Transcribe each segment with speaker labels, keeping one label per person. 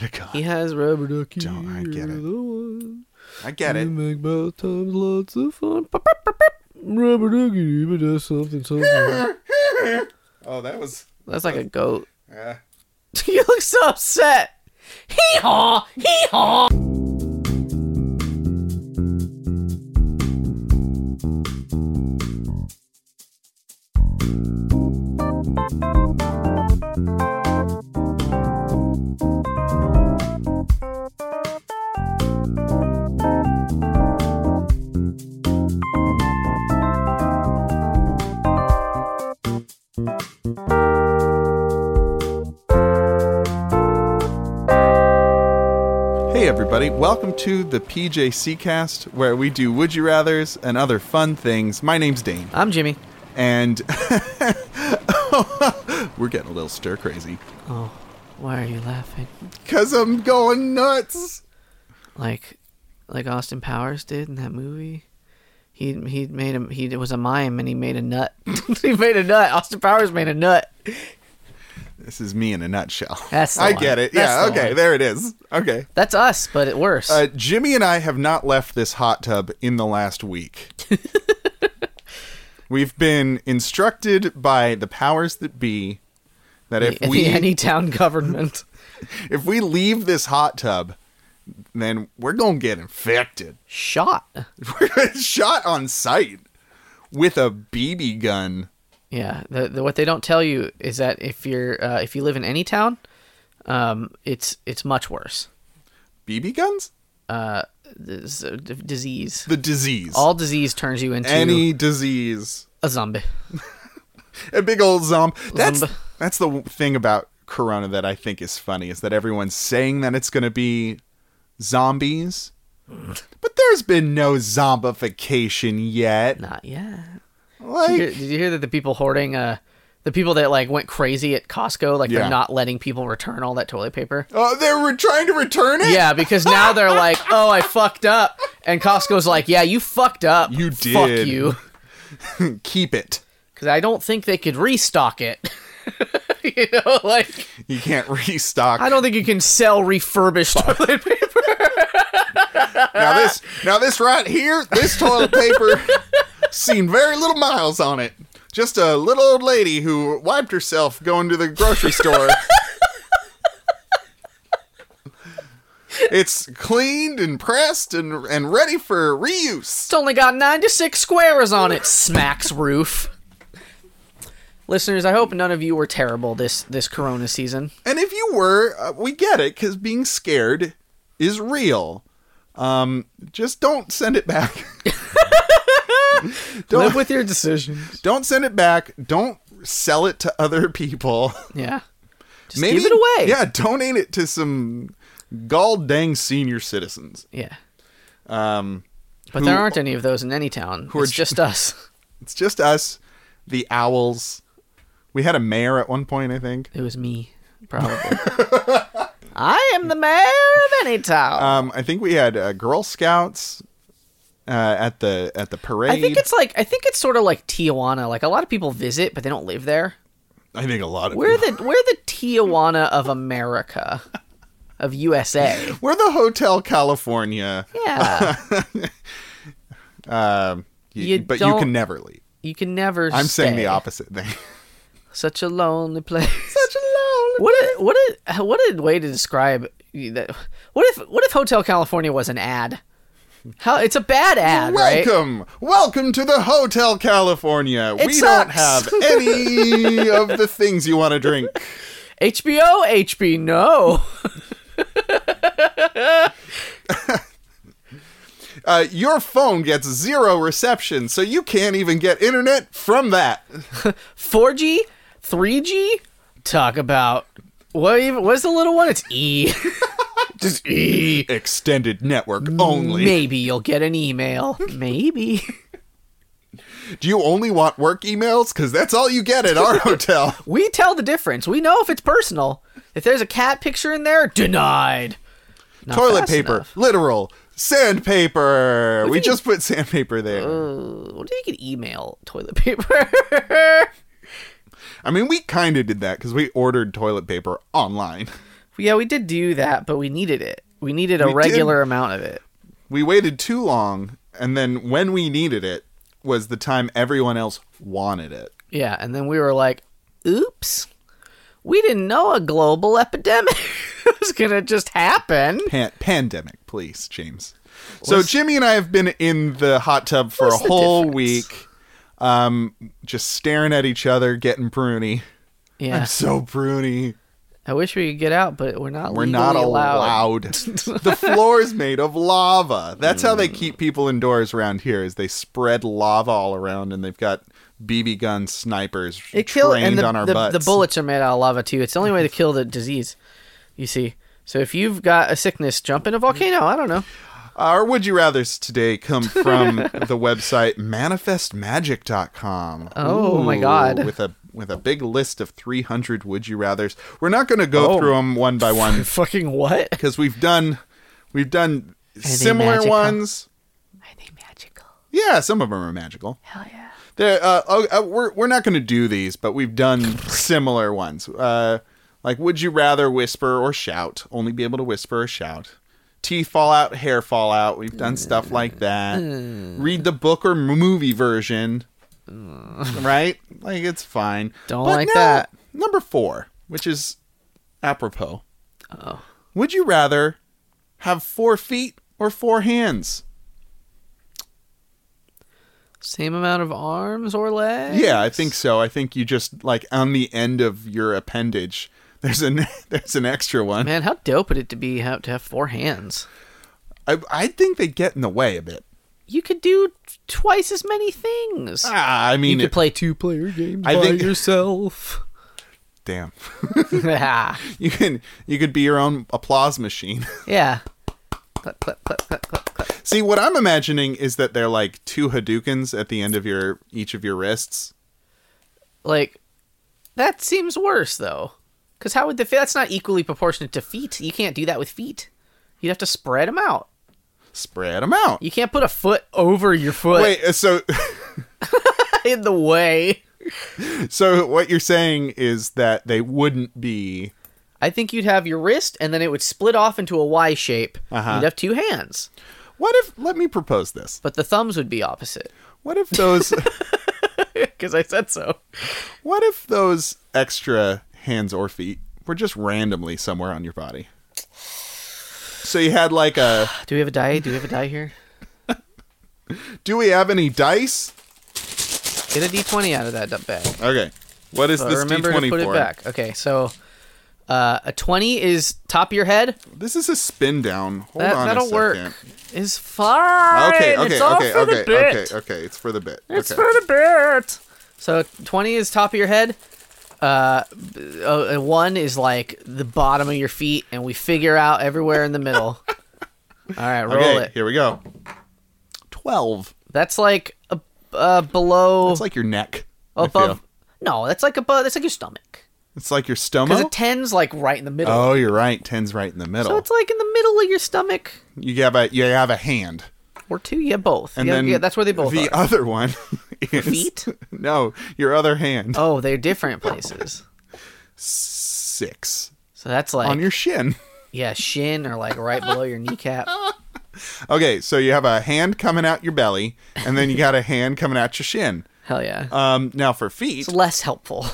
Speaker 1: to God.
Speaker 2: He has rubber ducky.
Speaker 1: Don't- I get it.
Speaker 2: you're the one.
Speaker 1: I get
Speaker 2: You
Speaker 1: it.
Speaker 2: make both times lots of fun. Pop, pop, pop, pop. Rubber ducky, you even does something, something.
Speaker 1: Oh, that was.
Speaker 2: That's like a goat.
Speaker 1: Uh,
Speaker 2: you look so upset. Hee haw, hee haw.
Speaker 1: hey, everybody. Welcome to the PJC cast, where we do Would You Rathers and other fun things. My name's Dane.
Speaker 2: I'm Jimmy.
Speaker 1: And we're getting a little stir crazy
Speaker 2: Oh, why are you laughing?
Speaker 1: because I'm going nuts.
Speaker 2: Like, like Austin Powers did in that movie. He he made him. He was a mime and he made a nut. he made a nut. Austin Powers made a nut.
Speaker 1: This is me in a nutshell.
Speaker 2: That's the
Speaker 1: I
Speaker 2: one.
Speaker 1: get it.
Speaker 2: That's
Speaker 1: yeah.
Speaker 2: the
Speaker 1: okay.
Speaker 2: one.
Speaker 1: There it is. Okay.
Speaker 2: That's us, but it worse.
Speaker 1: Uh, Jimmy and I have not left this hot tub in the last week. We've been instructed by the powers that be that if
Speaker 2: the,
Speaker 1: we
Speaker 2: the Anytown government.
Speaker 1: if we leave this hot tub, then we're gonna get infected.
Speaker 2: Shot.
Speaker 1: We're gonna get shot on sight with a BB gun.
Speaker 2: Yeah, the, the, what they don't tell you is that if you're uh, if you live in any town, um, it's it's much worse.
Speaker 1: BB guns?
Speaker 2: Uh, this, uh, d- disease.
Speaker 1: The disease.
Speaker 2: All disease turns you into
Speaker 1: Any disease.
Speaker 2: a zombie.
Speaker 1: A big old zombie. That's
Speaker 2: Zomb.
Speaker 1: that's the thing about Corona that I think is funny is that everyone's saying that it's gonna be zombies, but there's been no zombification yet.
Speaker 2: Not yet. Did you, hear,
Speaker 1: Like,
Speaker 2: did you hear that the people hoarding uh the people that like went crazy at Costco like
Speaker 1: Yeah.
Speaker 2: they're not letting people return all that toilet paper?
Speaker 1: oh, they're re- trying to return it.
Speaker 2: Yeah, because now they're like, "Oh, I fucked up," and Costco's like, "Yeah, you fucked up.
Speaker 1: You
Speaker 2: Fuck
Speaker 1: did.
Speaker 2: you."
Speaker 1: keep it.
Speaker 2: Because I don't think they could restock it. you know, like.
Speaker 1: You can't restock.
Speaker 2: I don't think you can sell refurbished toilet paper.
Speaker 1: now this now this right here this toilet paper seen very little miles on it just a little old lady who wiped herself going to the grocery store it's cleaned and pressed and and ready for reuse
Speaker 2: It's only got 96 squares on it. Smacks roof. Listeners, I hope none of you were terrible this this Corona season.
Speaker 1: and if you were uh, we get it because being scared is real um just don't send it back
Speaker 2: Live with your decisions.
Speaker 1: don't send it back don't sell it to other people
Speaker 2: Yeah. Just give it away.
Speaker 1: Yeah, donate it to some gall dang senior citizens.
Speaker 2: Yeah.
Speaker 1: Um,
Speaker 2: But there aren't any of those in any town.
Speaker 1: are
Speaker 2: It's
Speaker 1: j-
Speaker 2: just us.
Speaker 1: it's just us, the owls. We had a mayor at one point, I think.
Speaker 2: It was me, probably. I am the mayor of any town.
Speaker 1: Um, I think we had uh, Girl Scouts uh, at the at the parade.
Speaker 2: I think it's like I think it's sort of like Tijuana. Like a lot of people visit, but they don't live there.
Speaker 1: I think a lot of
Speaker 2: We're
Speaker 1: people-
Speaker 2: the we're the Tijuana of America, of USA.
Speaker 1: we're the Hotel California.
Speaker 2: Yeah,
Speaker 1: Um, you-
Speaker 2: You
Speaker 1: but you
Speaker 2: don't-
Speaker 1: can never leave.
Speaker 2: you can never.
Speaker 1: I'm saying
Speaker 2: stay.
Speaker 1: the opposite thing.
Speaker 2: Such a lonely place.
Speaker 1: Such a
Speaker 2: what a what a what a way to describe that. What if what if Hotel California was an ad? How it's a bad ad, right?
Speaker 1: Welcome, welcome to the Hotel California. we don't
Speaker 2: sucks.
Speaker 1: have any of the things you want to drink.
Speaker 2: HBO, HB, no.
Speaker 1: Uh, your phone gets zero reception, so you can't even get internet from that.
Speaker 2: 4G, 3G. Talk about what even? What's the little one? It's E. Just E.
Speaker 1: Extended network only.
Speaker 2: Maybe you'll get an email. Maybe.
Speaker 1: Do you only want work emails? Because that's all you get at our hotel.
Speaker 2: We tell the difference. We know if it's personal. If there's a cat picture in there, denied. Not
Speaker 1: Toilet
Speaker 2: fast
Speaker 1: paper,
Speaker 2: enough.
Speaker 1: literal. Sandpaper. we just put sandpaper there.
Speaker 2: Uh, What do you can email toilet paper?
Speaker 1: I mean, we kind of did that because we ordered toilet paper online.
Speaker 2: yeah, we did do that, but we needed it. We needed a
Speaker 1: We did.
Speaker 2: regular amount of it.
Speaker 1: We waited too long, and then when we needed it was the time everyone else wanted it.
Speaker 2: Yeah, and then we were like, "Oops, we didn't know a global epidemic was gonna just happen."
Speaker 1: Pan- pandemic, please, James. so Jimmy and I have been in the hot tub for a
Speaker 2: What's the
Speaker 1: whole
Speaker 2: difference?
Speaker 1: week, um, just staring at each other, getting pruny.
Speaker 2: Yeah,
Speaker 1: I'm so pruny.
Speaker 2: I wish we could get out, but we're not.
Speaker 1: We're not
Speaker 2: legally allowed.
Speaker 1: allowed. the floor is made of lava. That's how they
Speaker 2: Mm.
Speaker 1: keep people indoors around here. Is they spread lava all around, and they've got BB gun snipers
Speaker 2: It killed,
Speaker 1: trained
Speaker 2: and the,
Speaker 1: on our
Speaker 2: the,
Speaker 1: butts.
Speaker 2: the bullets are made out of lava too. It's the only way to kill the disease. You see, so if you've got a sickness, jump in a volcano. I don't know.
Speaker 1: Our would you rather's today come from the website manifestmagic.com.
Speaker 2: Oh, my God.
Speaker 1: With a with a big list of 300 would you rather's. We're not going to go
Speaker 2: Oh.
Speaker 1: through them one by one
Speaker 2: Fucking what?
Speaker 1: cuz we've done we've done
Speaker 2: they
Speaker 1: similar
Speaker 2: magical?
Speaker 1: ones.
Speaker 2: Are they magical?
Speaker 1: Yeah, some of them are magical.
Speaker 2: Hell yeah.
Speaker 1: They're, uh, oh, uh, we're we're not going to do these, but we've done similar ones. Uh, like, would you rather whisper or shout? Only be able to whisper or shout. Teeth fall out, hair fall out. We've done stuff like that. Read the book or m- movie version, right? Like, it's fine.
Speaker 2: Don't like that.
Speaker 1: Number four, which is apropos.
Speaker 2: Oh.
Speaker 1: Would you rather have four feet or four hands?
Speaker 2: Same amount of arms or legs?
Speaker 1: Yeah, I think so. I think you just like on the end of your appendage, there's an there's an extra one.
Speaker 2: Man, how dope would it to be have to have four hands?
Speaker 1: I I think they get in the way a bit.
Speaker 2: You could do twice as many things.
Speaker 1: Ah, I
Speaker 2: you
Speaker 1: mean,
Speaker 2: could
Speaker 1: it-
Speaker 2: play two player games
Speaker 1: I
Speaker 2: by
Speaker 1: think-
Speaker 2: yourself.
Speaker 1: damn,
Speaker 2: yeah.
Speaker 1: you can you could be your own applause machine.
Speaker 2: Yeah. Clap, clap, clap, clap, clap, clap.
Speaker 1: See, what I'm imagining is that they're like two Hadoukens at the end of your each of your wrists.
Speaker 2: Like, that seems worse, though. Because how would the feet? That's not equally proportionate to feet. You can't do that with feet. You'd have to spread them out.
Speaker 1: Spread them out.
Speaker 2: You can't put a foot over your foot
Speaker 1: Wait, uh, so
Speaker 2: in the way.
Speaker 1: so what you're saying is that they wouldn't be
Speaker 2: I think you'd have your wrist, and then it would split off into a Y shape.
Speaker 1: Uh-huh.
Speaker 2: You'd have two hands,
Speaker 1: What if let me propose this?
Speaker 2: but the thumbs would be opposite.
Speaker 1: What if those
Speaker 2: Because I said so.
Speaker 1: What if those extra hands or feet were just randomly somewhere on your body? So you had like a
Speaker 2: Do we have a die? Do we have a die here?
Speaker 1: do we have any dice?
Speaker 2: Get a d20 out of that dump bag.
Speaker 1: Okay. What is
Speaker 2: But
Speaker 1: this
Speaker 2: remember
Speaker 1: D20
Speaker 2: to put
Speaker 1: for?
Speaker 2: it back. Okay, so uh, a 20 is top of your head.
Speaker 1: This is a spin down. Hold
Speaker 2: That,
Speaker 1: on a
Speaker 2: that'll
Speaker 1: second.
Speaker 2: work. Is fine.
Speaker 1: Okay,
Speaker 2: it's
Speaker 1: okay,
Speaker 2: all
Speaker 1: okay,
Speaker 2: for the
Speaker 1: okay,
Speaker 2: bit.
Speaker 1: okay, okay. It's for the bit.
Speaker 2: It's
Speaker 1: okay.
Speaker 2: for the bit. So 20 is top of your head. Uh, b- uh, and one is like the bottom of your feet, and we figure out everywhere in the middle. All right, roll
Speaker 1: okay,
Speaker 2: it.
Speaker 1: here we go. 12.
Speaker 2: That's like a, uh, below,
Speaker 1: It's like your neck. I
Speaker 2: above.
Speaker 1: feel.
Speaker 2: No, that's like above. That's like your stomach.
Speaker 1: It's like your
Speaker 2: Because
Speaker 1: stomach.
Speaker 2: it tens like right in the middle.
Speaker 1: oh, you're right. 10's right in the middle.
Speaker 2: So it's like in the middle of your stomach,
Speaker 1: you have a you have a hand.
Speaker 2: or two. Yeah, both.
Speaker 1: And
Speaker 2: yeah,
Speaker 1: then
Speaker 2: yeah, that's where they both
Speaker 1: The
Speaker 2: are.
Speaker 1: other one is
Speaker 2: feet?
Speaker 1: No, your other hand.
Speaker 2: Oh, they're different places.
Speaker 1: Six
Speaker 2: So that's like
Speaker 1: on your shin.
Speaker 2: yeah, shin or like right below your kneecap.
Speaker 1: Okay, so you have a hand coming out your belly, and then you got a hand coming out your shin.
Speaker 2: Hell yeah.
Speaker 1: Um, now for feet,
Speaker 2: it's less helpful.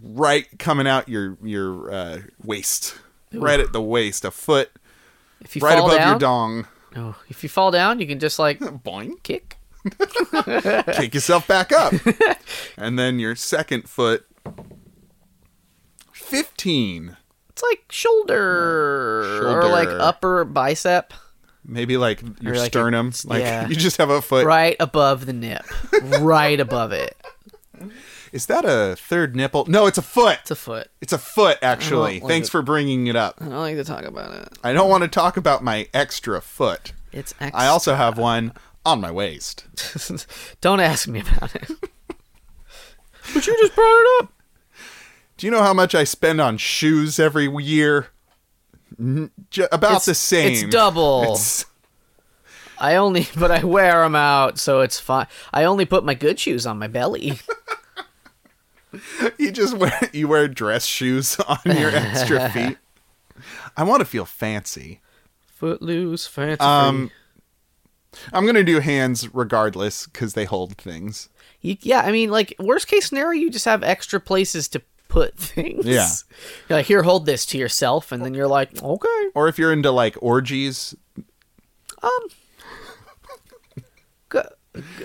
Speaker 1: right coming out your your uh, waist, right at the waist, a foot
Speaker 2: If you
Speaker 1: right
Speaker 2: fall
Speaker 1: above
Speaker 2: down,
Speaker 1: your dong.
Speaker 2: No, if you fall down, you can just like
Speaker 1: Boing,
Speaker 2: kick.
Speaker 1: kick yourself back up, and then your second foot. Fifteen,
Speaker 2: It's like shoulder, or
Speaker 1: Shoulder.
Speaker 2: like upper bicep,
Speaker 1: maybe like your
Speaker 2: Or like a-
Speaker 1: sternum. like
Speaker 2: yeah.
Speaker 1: you just have a foot
Speaker 2: right above the nip, right above it.
Speaker 1: Is that a third nipple? No, it's a foot.
Speaker 2: It's a foot. Uh-huh.
Speaker 1: It's a foot, actually.
Speaker 2: what
Speaker 1: Thanks
Speaker 2: it-
Speaker 1: for bringing it up.
Speaker 2: I don't like to talk about it.
Speaker 1: I don't want to talk about my extra foot.
Speaker 2: It's ex-
Speaker 1: I also have one on my waist.
Speaker 2: don't ask me about it. but you just brought it up.
Speaker 1: Do you know how much I spend on shoes every year? N- j- about
Speaker 2: It's-
Speaker 1: the same.
Speaker 2: it's double.
Speaker 1: It's-
Speaker 2: I only, but I wear them out, so it's fine. I only put my good shoes on my belly.
Speaker 1: You just wear you wear dress shoes on your extra feet. I want to feel fancy.
Speaker 2: Footloose, fancy.
Speaker 1: Um, I'm gonna do hands regardless because they hold things.
Speaker 2: You, yeah, I mean, like worst case scenario, you just have extra places to put things.
Speaker 1: Yeah.
Speaker 2: You're like here, hold this to yourself, and then you're like, okay,
Speaker 1: Or if you're into like orgies,
Speaker 2: go,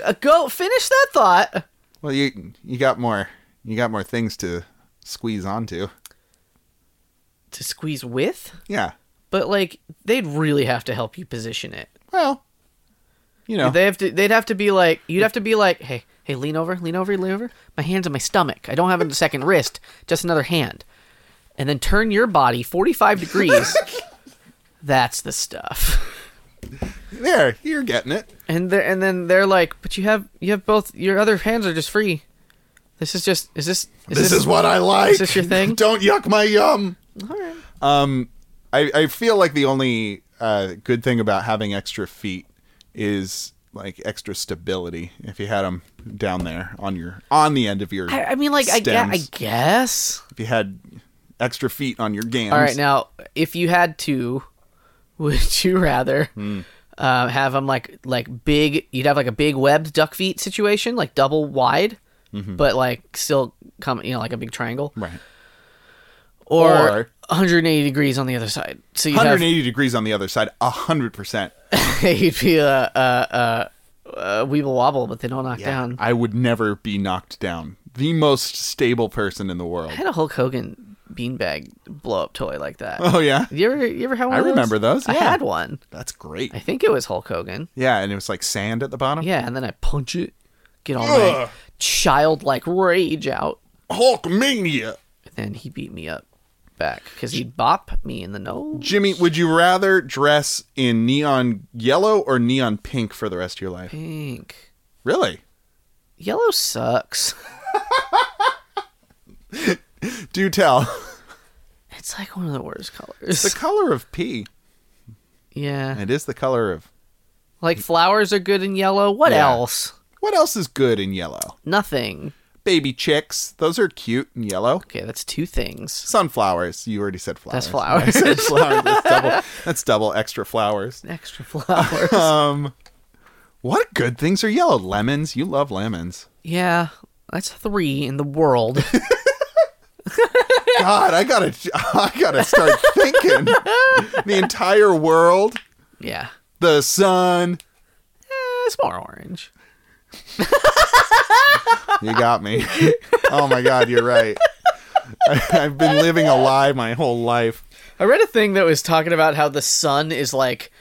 Speaker 2: uh, go finish that thought.
Speaker 1: well, you you got more you got more things to squeeze onto.
Speaker 2: To squeeze with,
Speaker 1: Yeah.
Speaker 2: but like they'd really have to help you position it.
Speaker 1: Well, you know,
Speaker 2: They have to. They'd have to be like. You'd have to be like, hey, hey, lean over, lean over, lean over. My hand's on my stomach. I don't have a second wrist, just another hand. And then turn your body 45 degrees. That's the stuff.
Speaker 1: there you're getting it.
Speaker 2: And they and then they're like, but you have you have both your other hands are just free. This is just is this is
Speaker 1: This, is what I like.
Speaker 2: is this your thing?
Speaker 1: Don't yuck my yum. Um,
Speaker 2: All right.
Speaker 1: I, I feel like the only uh, good thing about having extra feet is like extra stability. If you had them down there on your on the end of your,
Speaker 2: I, I mean, like I, gue- I
Speaker 1: Stems.
Speaker 2: guess.
Speaker 1: if you had extra feet on your gams.
Speaker 2: All right, now if you had to, would you rather
Speaker 1: Hmm.
Speaker 2: uh, have them like like big? You'd have like a big webbed duck feet situation, like double wide,
Speaker 1: Mm-hmm.
Speaker 2: but like still come, you know, like a big triangle,
Speaker 1: right.
Speaker 2: or,
Speaker 1: Or-
Speaker 2: 180 degrees on the other side. So you have
Speaker 1: 180 degrees on the other side, hundred percent.
Speaker 2: you'd be uh, a a, a, a uh, weeble wobble, but they don't knock down.
Speaker 1: I would never be knocked down. The most stable person in the world.
Speaker 2: I had a Hulk Hogan beanbag blow up toy like that.
Speaker 1: Oh yeah,
Speaker 2: You ever you ever had one?
Speaker 1: I
Speaker 2: of those?
Speaker 1: remember those,
Speaker 2: I
Speaker 1: yeah.
Speaker 2: had one.
Speaker 1: that's great.
Speaker 2: I think it was Hulk Hogan.
Speaker 1: Yeah, and it was like sand at the bottom.
Speaker 2: Yeah, and then I punch it, get all
Speaker 1: Ugh.
Speaker 2: my childlike rage out,
Speaker 1: Hulkmania.
Speaker 2: and then he beat me up back because he'd bop me in the nose.
Speaker 1: Jimmy, would you rather dress in neon yellow or neon pink for the rest of your life?
Speaker 2: Pink.
Speaker 1: Really?
Speaker 2: Yellow sucks.
Speaker 1: Do tell.
Speaker 2: It's like one of the worst colors.
Speaker 1: The color of pee.
Speaker 2: yeah.
Speaker 1: It is the color of.
Speaker 2: Like flowers are good in yellow. What
Speaker 1: Yeah.
Speaker 2: else?
Speaker 1: What else is good in yellow?
Speaker 2: Nothing.
Speaker 1: Baby chicks. Those are cute in yellow.
Speaker 2: Okay, that's two things.
Speaker 1: Sunflowers. You already said flowers.
Speaker 2: That's flowers.
Speaker 1: I said flowers. That's double, that's double extra flowers.
Speaker 2: Extra flowers.
Speaker 1: Um, what good things are yellow? Lemons. You love lemons.
Speaker 2: Yeah, that's three in the world.
Speaker 1: God, I gotta, I gotta start thinking. the entire world,
Speaker 2: yeah,
Speaker 1: the sun.
Speaker 2: Eh, it's more orange.
Speaker 1: You got me. oh my God, you're right. I, I've been living a lie my whole life.
Speaker 2: I read a thing that was talking about how the sun is like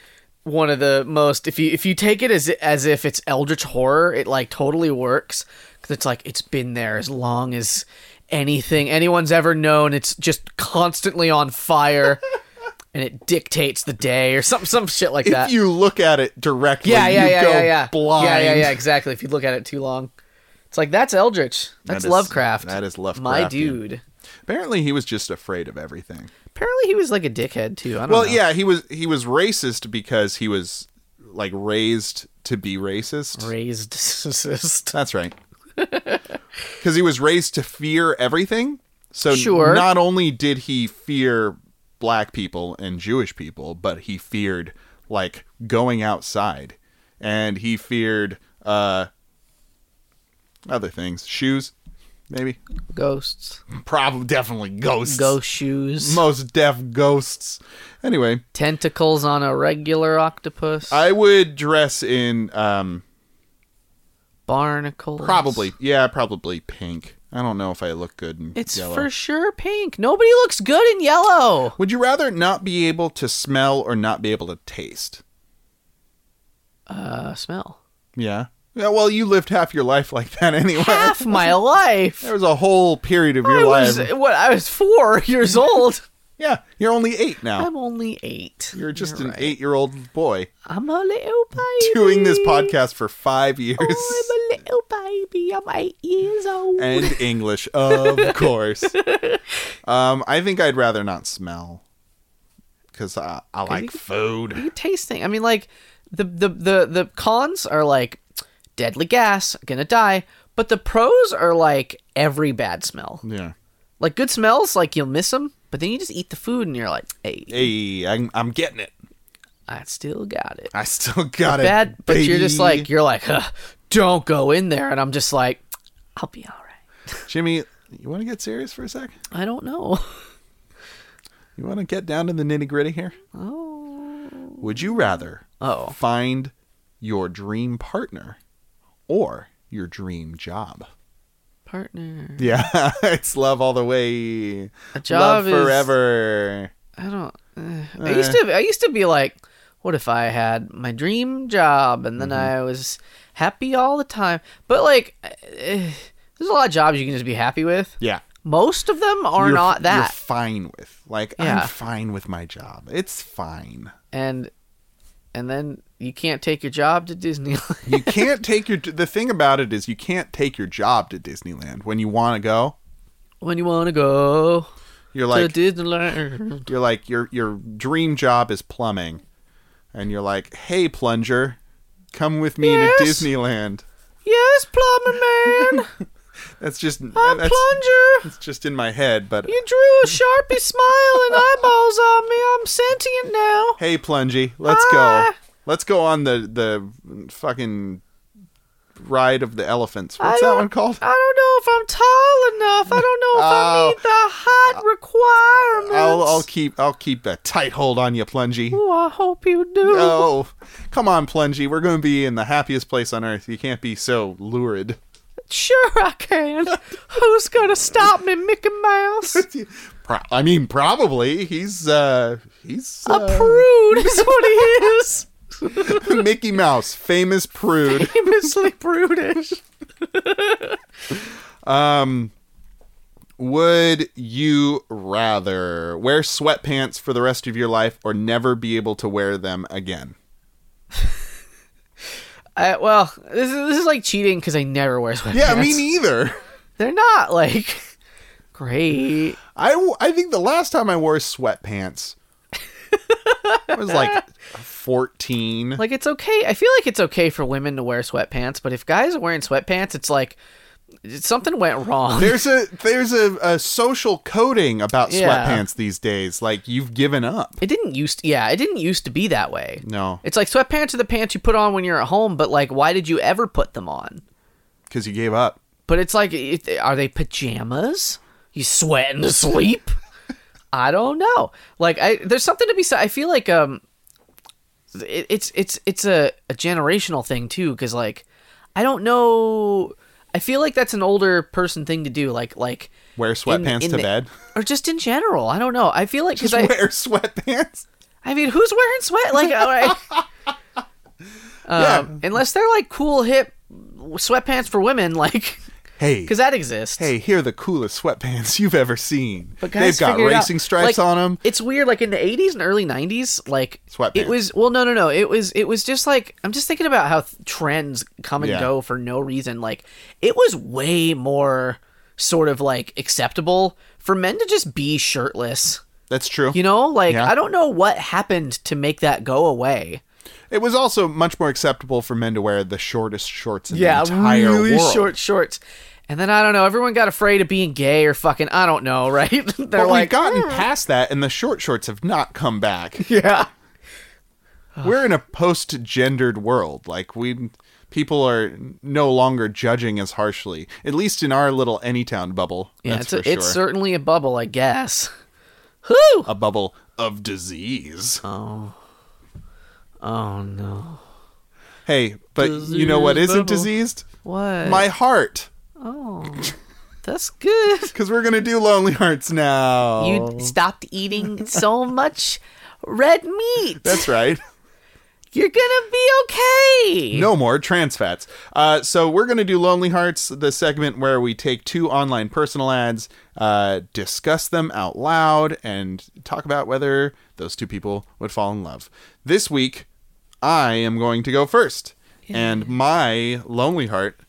Speaker 2: one of the most. If you if you take it as as if it's eldritch horror, it like totally works because it's like it's been there as long as anything anyone's ever known. It's just constantly on fire, and it dictates the day or some some shit like that.
Speaker 1: if you look at it directly,
Speaker 2: yeah, yeah,
Speaker 1: you
Speaker 2: yeah,
Speaker 1: go
Speaker 2: yeah, yeah.
Speaker 1: blind.
Speaker 2: Yeah, yeah, yeah, exactly. If you look at it too long, it's like that's Eldritch. That's
Speaker 1: is-
Speaker 2: Lovecraft.
Speaker 1: that is
Speaker 2: My
Speaker 1: Lovecraftian.
Speaker 2: dude.
Speaker 1: Apparently, he was just afraid of everything.
Speaker 2: Apparently, he was like a dickhead too. I don't
Speaker 1: Well,
Speaker 2: know.
Speaker 1: yeah, he was he was racist because he was like raised to be racist.
Speaker 2: Raised sexist.
Speaker 1: That's right. Because he was raised to fear everything. So
Speaker 2: Sure.
Speaker 1: not only did he fear black people and Jewish people, but he feared like going outside, and he feared uh, other things, shoes, maybe.
Speaker 2: Ghosts.
Speaker 1: Probably, definitely ghosts.
Speaker 2: Ghost shoes.
Speaker 1: Most deaf ghosts. Anyway,
Speaker 2: Tentacles on a regular octopus.
Speaker 1: I would dress in um
Speaker 2: Barnacles.
Speaker 1: probably yeah probably pink. I don't know if I look good in
Speaker 2: It's
Speaker 1: yellow.
Speaker 2: for sure pink. Nobody looks good in yellow.
Speaker 1: Would you rather not be able to smell or not be able to taste?
Speaker 2: Uh, smell.
Speaker 1: Yeah. Yeah. Well, you lived half your life like that anyway.
Speaker 2: Half my life.
Speaker 1: There was a whole period of your
Speaker 2: I
Speaker 1: life.
Speaker 2: was what? I was four years old.
Speaker 1: Yeah, you're only eight now.
Speaker 2: I'm only eight.
Speaker 1: Oh. you're just an
Speaker 2: right.
Speaker 1: eight-year-old boy
Speaker 2: I'm a little baby.
Speaker 1: doing this podcast for five
Speaker 2: Oh,
Speaker 1: years
Speaker 2: I'm a little baby. I'm eight years old.
Speaker 1: and English, of course. Um, I think I'd rather not smell because I, I like food.
Speaker 2: you taste things. I mean, like the the the the cons are like deadly gas, gonna die. But But the pros are like every bad smell.
Speaker 1: Yeah.
Speaker 2: Like good smells, like you'll miss them, but then you just eat the food and you're like, hey,
Speaker 1: Hey, I'm, I'm getting it.
Speaker 2: I still got it.
Speaker 1: I still got it.
Speaker 2: Bad, but you're just
Speaker 1: baby.
Speaker 2: like, you're like, huh, don't go in there. And I'm just like, I'll be all right.
Speaker 1: Jimmy, you want to get serious for a sec?
Speaker 2: I don't know.
Speaker 1: You want to get down to the nitty gritty here?
Speaker 2: Oh.
Speaker 1: Would you rather
Speaker 2: Oh.
Speaker 1: find your dream partner or your dream job?
Speaker 2: Partner.
Speaker 1: Yeah, it's love all the way.
Speaker 2: A Hmm. job
Speaker 1: love
Speaker 2: is-
Speaker 1: forever.
Speaker 2: I don't. Uh, I used
Speaker 1: Eh.
Speaker 2: to. I used to be like, what if I had my dream job and then
Speaker 1: Mm-hmm.
Speaker 2: I was happy all the time? But like, uh, there's a lot of jobs you can just be happy with.
Speaker 1: Yeah.
Speaker 2: Most of them are
Speaker 1: You're-
Speaker 2: not
Speaker 1: You're
Speaker 2: that.
Speaker 1: fine with. Like
Speaker 2: Yeah.
Speaker 1: I'm fine with my job. It's fine.
Speaker 2: and and then you can't take your job to Disneyland.
Speaker 1: You can't take your the thing about it is you can't take your job to Disneyland when you want to go.
Speaker 2: when you want to go
Speaker 1: You're like
Speaker 2: to Disneyland.
Speaker 1: you're like your your dream job is plumbing. And you're like, "Hey plunger, come with me
Speaker 2: Yes.
Speaker 1: to Disneyland."
Speaker 2: Yes, plumber man.
Speaker 1: That's just
Speaker 2: I'm
Speaker 1: that's
Speaker 2: plunger.
Speaker 1: it's just in my head, but
Speaker 2: You drew a sharpie smile and eyeballs on me. I'm sentient now.
Speaker 1: Hey, Plungy, let's
Speaker 2: Ah.
Speaker 1: go. Let's go on the the fucking ride of the elephants.
Speaker 2: I
Speaker 1: What's that
Speaker 2: don't-
Speaker 1: one called?
Speaker 2: I don't know if I'm tall enough. I don't know if
Speaker 1: Oh.
Speaker 2: I meet the hot requirements.
Speaker 1: uh, I'll I'll keep I'll keep a tight hold on you, Plungy.
Speaker 2: Ooh, I hope you do.
Speaker 1: Oh, come on, Plungy. We're going to be in the happiest place on earth. You can't be so lurid.
Speaker 2: Sure, I can. Who's gonna stop me, Mickey Mouse?
Speaker 1: Pro- I mean, probably he's uh he's
Speaker 2: A
Speaker 1: uh,
Speaker 2: prude is what he is.
Speaker 1: Mickey Mouse, famous prude.
Speaker 2: Famously prudish.
Speaker 1: Um, Would you rather wear sweatpants for the rest of your life or never be able to wear them again?
Speaker 2: I, well, this is, this is like cheating because I never wear sweatpants.
Speaker 1: Yeah, me neither.
Speaker 2: They're not like great.
Speaker 1: I, w- I think the last time I wore sweatpants, I was like 14.
Speaker 2: Like it's okay. I feel like it's okay for women to wear sweatpants, but if guys are wearing sweatpants, it's like something went wrong.
Speaker 1: There's a there's a, a social coding about
Speaker 2: Yeah.
Speaker 1: sweatpants these days. Like you've given up.
Speaker 2: It didn't used yeah, it didn't used to be that way.
Speaker 1: No,
Speaker 2: It's like sweatpants are the pants you put on when you're at home, but like why did you ever put them on?
Speaker 1: because you gave up.
Speaker 2: But it's like it, are they pajamas? You sweating to sleep? I don't know. Like I there's something to be said. I feel like um it, it's it's it's a, a generational thing too cuz like I don't know I feel like that's an older person thing to do like like
Speaker 1: Wear sweatpants
Speaker 2: in
Speaker 1: to
Speaker 2: the-
Speaker 1: bed.
Speaker 2: or just in general. I don't know. I feel like cuz
Speaker 1: Just
Speaker 2: I
Speaker 1: wear sweatpants.
Speaker 2: I mean, who's wearing sweat? Like, all right. Um, Unless they're like cool hip sweatpants for women, like,
Speaker 1: Hey,
Speaker 2: because that exists.
Speaker 1: hey, here are the coolest sweatpants you've ever seen.
Speaker 2: But
Speaker 1: They've
Speaker 2: guys
Speaker 1: got
Speaker 2: figured it out.
Speaker 1: racing stripes
Speaker 2: Like,
Speaker 1: on them.
Speaker 2: It's weird. Like in the '80s and early '90s, like
Speaker 1: um, Sweatpants.
Speaker 2: It was well, no, no, no. It was it was just like I'm just thinking about how th- trends come and
Speaker 1: Yeah.
Speaker 2: go for no reason. Like it was way more sort of like acceptable for men to just be shirtless.
Speaker 1: That's true.
Speaker 2: You know, like
Speaker 1: Yeah.
Speaker 2: I don't know what happened to make that go away.
Speaker 1: It was also much more acceptable for men to wear the shortest shorts in the entire
Speaker 2: really
Speaker 1: world.
Speaker 2: short shorts. And then I don't know. Everyone got afraid of being gay or fucking I don't know, right? They're
Speaker 1: But
Speaker 2: like, "Eh."
Speaker 1: we've gotten past that, and the short shorts have not come back.
Speaker 2: yeah,
Speaker 1: We're in a post-gendered world. Like we, people are no longer judging as harshly, at least in our little Anytown bubble.
Speaker 2: yeah.
Speaker 1: that's
Speaker 2: It's a,
Speaker 1: for sure.
Speaker 2: it's certainly a bubble, I guess. Whoo!
Speaker 1: a bubble of disease.
Speaker 2: Oh no,
Speaker 1: hey, but you know what
Speaker 2: Disease
Speaker 1: isn't
Speaker 2: bubble.
Speaker 1: diseased?
Speaker 2: what? Oh,
Speaker 1: My heart,
Speaker 2: That's good.
Speaker 1: because we're gonna do Lonely Hearts now.
Speaker 2: You stopped eating so much red meat.
Speaker 1: That's right.
Speaker 2: You're gonna be okay.
Speaker 1: No more trans fats. Uh, so we're going to do Lonely Hearts, the segment where we take two online personal ads, uh, discuss them out loud, and talk about whether those two people would fall in love. This week, I am going to go first, and my Lonely Heart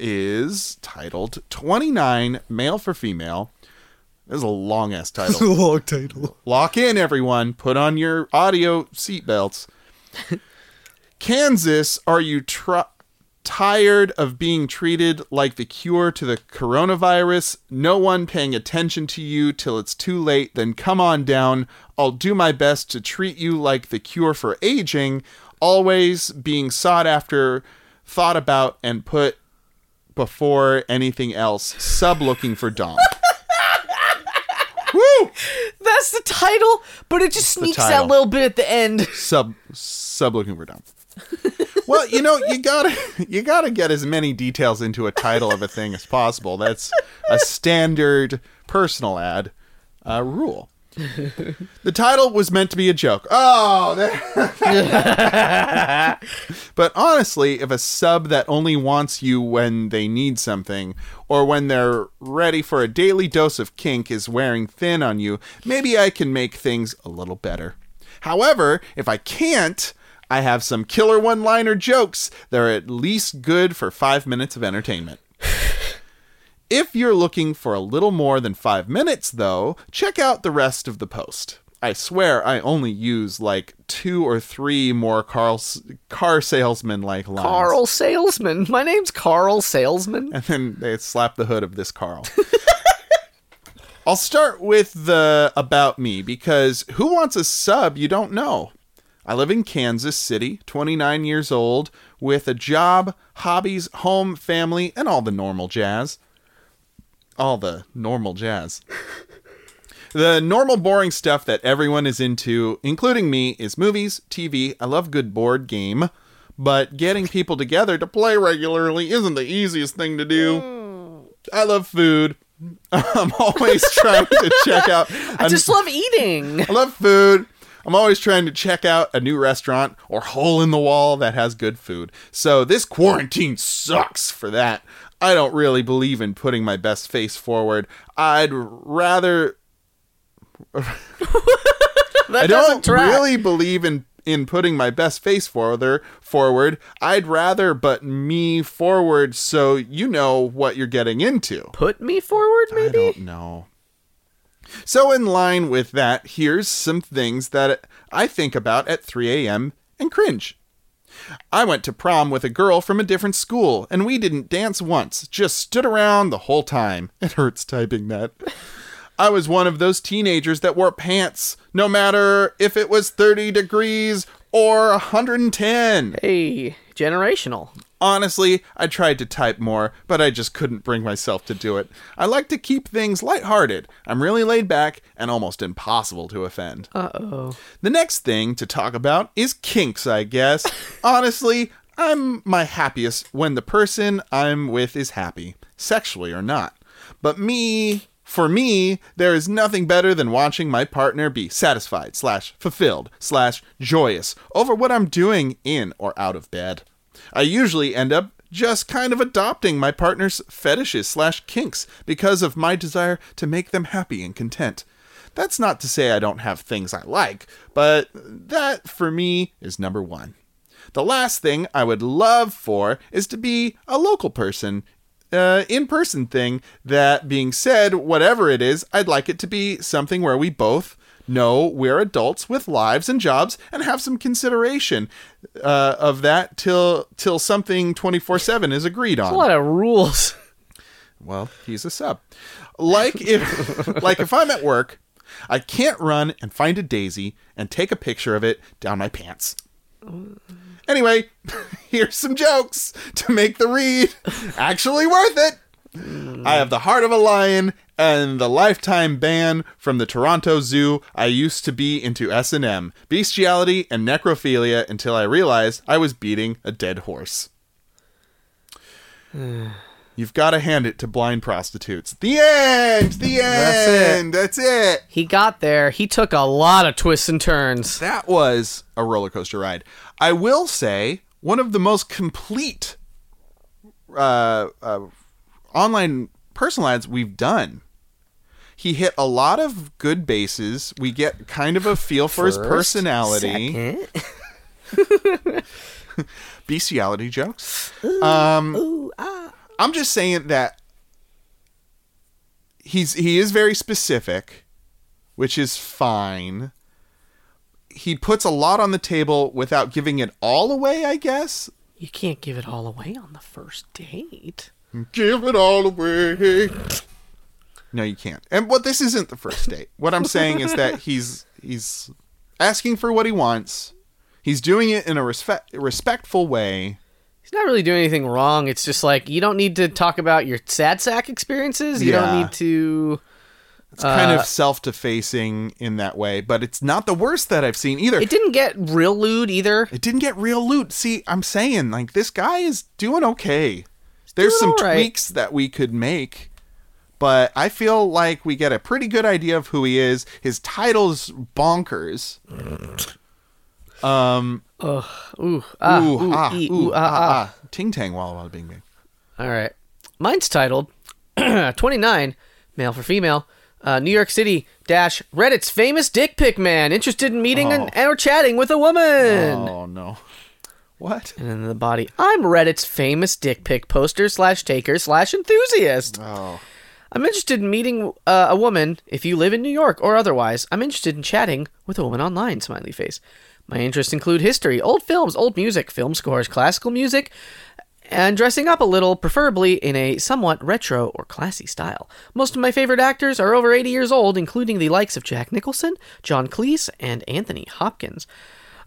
Speaker 1: is titled "29 Male for Female." This is a long ass title.
Speaker 2: long title.
Speaker 1: Lock in, everyone. Put on your audio seatbelts. Kansas, are you try? tired of being treated like the cure to the coronavirus, no one paying attention to you till it's too late, then come on down. I'll do my best to treat you like the cure for aging, always being sought after, thought about, and put before anything else. Sub looking for Dom. Woo!
Speaker 2: That's the title, but it just sneaks that
Speaker 1: title.
Speaker 2: little bit at the end.
Speaker 1: Sub sub looking for Dom. well, you know, you gotta you gotta get as many details into a title of a thing as possible. That's a standard personal ad uh, rule. The title was meant to be a joke. Oh, that- but honestly, if a sub that only wants you when they need something or when they're ready for a daily dose of kink is wearing thin on you, maybe I can make things a little better. However, if I can't, I have some killer one liner jokes that are at least good for five minutes of entertainment. If you're looking for a little more than five minutes, though, check out the rest of the post. I swear I only use like two or three more Carl, car salesman like lines.
Speaker 2: Carl Salesman. My name's Carl Salesman.
Speaker 1: And then they slap the hood of this Carl. I'll start with the about me because who wants a sub you don't know? I live in Kansas City, 29 years old, with a job, hobbies, home, family, and all the normal jazz. All the normal jazz. The normal boring stuff that everyone is into, including me, is movies, TV. I love good board game, but getting people together to play regularly isn't the easiest thing to do.
Speaker 2: Hmm.
Speaker 1: I love food. I'm always trying to check out.
Speaker 2: I just love eating.
Speaker 1: I love food. I'm always trying to check out a new restaurant or hole in the wall that has good food. So this quarantine sucks for that. I don't really believe in putting my best face forward. I'd rather
Speaker 2: That
Speaker 1: I don't
Speaker 2: doesn't track.
Speaker 1: really believe in in putting my best face forward forward. I'd rather but me forward so you know what you're getting into.
Speaker 2: Put me forward, maybe?
Speaker 1: I don't know. So, in line with that, here's some things that I think about at 3 a.m. and cringe. I went to prom with a girl from a different school, and we didn't dance once, just stood around the whole time. It hurts typing that. I was one of those teenagers that wore pants, no matter if it was 30 degrees or 110.
Speaker 2: Hey, generational.
Speaker 1: Honestly, I tried to type more, but I just couldn't bring myself to do it. I like to keep things lighthearted. I'm really laid back and almost impossible to offend.
Speaker 2: Uh oh.
Speaker 1: The next thing to talk about is kinks, I guess. Honestly, I'm my happiest when the person I'm with is happy, sexually or not. But me, for me, there is nothing better than watching my partner be satisfied, slash, fulfilled, slash, joyous over what I'm doing in or out of bed. I usually end up just kind of adopting my partner's fetishes slash kinks because of my desire to make them happy and content. That's not to say I don't have things I like, but that for me is number one. The last thing I would love for is to be a local person, uh, in person thing. That being said, whatever it is, I'd like it to be something where we both know we're adults with lives and jobs and have some consideration uh, of that till till something 24/7 is agreed on.
Speaker 2: A lot of rules.
Speaker 1: Well, he's a sub. Like if like if I'm at work, I can't run and find a daisy and take a picture of it down my pants. Anyway, here's some jokes to make the read actually worth it. I have the heart of a lion and the lifetime ban from the Toronto Zoo. I used to be into S&M, bestiality and necrophilia until I realized I was beating a dead horse. You've got to hand it to blind prostitutes. The end. The
Speaker 2: That's it.
Speaker 1: end. That's it. That's it.
Speaker 2: He got there. He took a lot of twists and turns.
Speaker 1: That was a roller coaster ride. I will say one of the most complete uh, uh, online personal ads we've done. He hit a lot of good bases. We get kind of a feel for his personality,
Speaker 2: Second.
Speaker 1: bestiality jokes. um, I'm just saying that he's he is very specific, which is fine. He puts a lot on the table without giving it all away, I guess.
Speaker 2: You can't give it all away on the first date.
Speaker 1: Give it all away. No, you can't. And what this isn't the first date. What I'm saying is that he's he's asking for what he wants. He's doing it in a respect respectful way.
Speaker 2: He's not really doing anything wrong. It's just like you don't need to talk about your sad sack experiences. You
Speaker 1: Yeah.
Speaker 2: don't need to.
Speaker 1: It's kind
Speaker 2: Uh,
Speaker 1: of self-defacing in that way, but it's not the worst that I've seen either.
Speaker 2: It didn't get real lewd either.
Speaker 1: It didn't get real loot. See, I'm saying like this guy is doing okay. There's
Speaker 2: doing
Speaker 1: some
Speaker 2: all right.
Speaker 1: tweaks that we could make, but I feel like we get a pretty good idea of who he is. His title's bonkers. Um,
Speaker 2: Ooh, ah,
Speaker 1: ooh,
Speaker 2: ooh,
Speaker 1: ah,
Speaker 2: ee,
Speaker 1: ooh,
Speaker 2: ooh,
Speaker 1: ah,
Speaker 2: ah, ah.
Speaker 1: ah. ting tang walla walla bing bing.
Speaker 2: All right. Mine's titled 29, male for female, uh, New York City dash Reddit's famous dick pic man interested in meeting and, and or chatting with a woman.
Speaker 1: Oh no, what?
Speaker 2: And in the body, I'm Reddit's famous dick pic poster slash taker slash enthusiast.
Speaker 1: Oh,
Speaker 2: I'm interested in meeting uh, a woman if you live in New York or otherwise. I'm interested in chatting with a woman online, smiley face. My interests include history, old films, old music, film scores, classical music, and dressing up a little, preferably in a somewhat retro or classy style. Most of my favorite actors are over 80 years old, including the likes of Jack Nicholson, John Cleese, and Anthony Hopkins.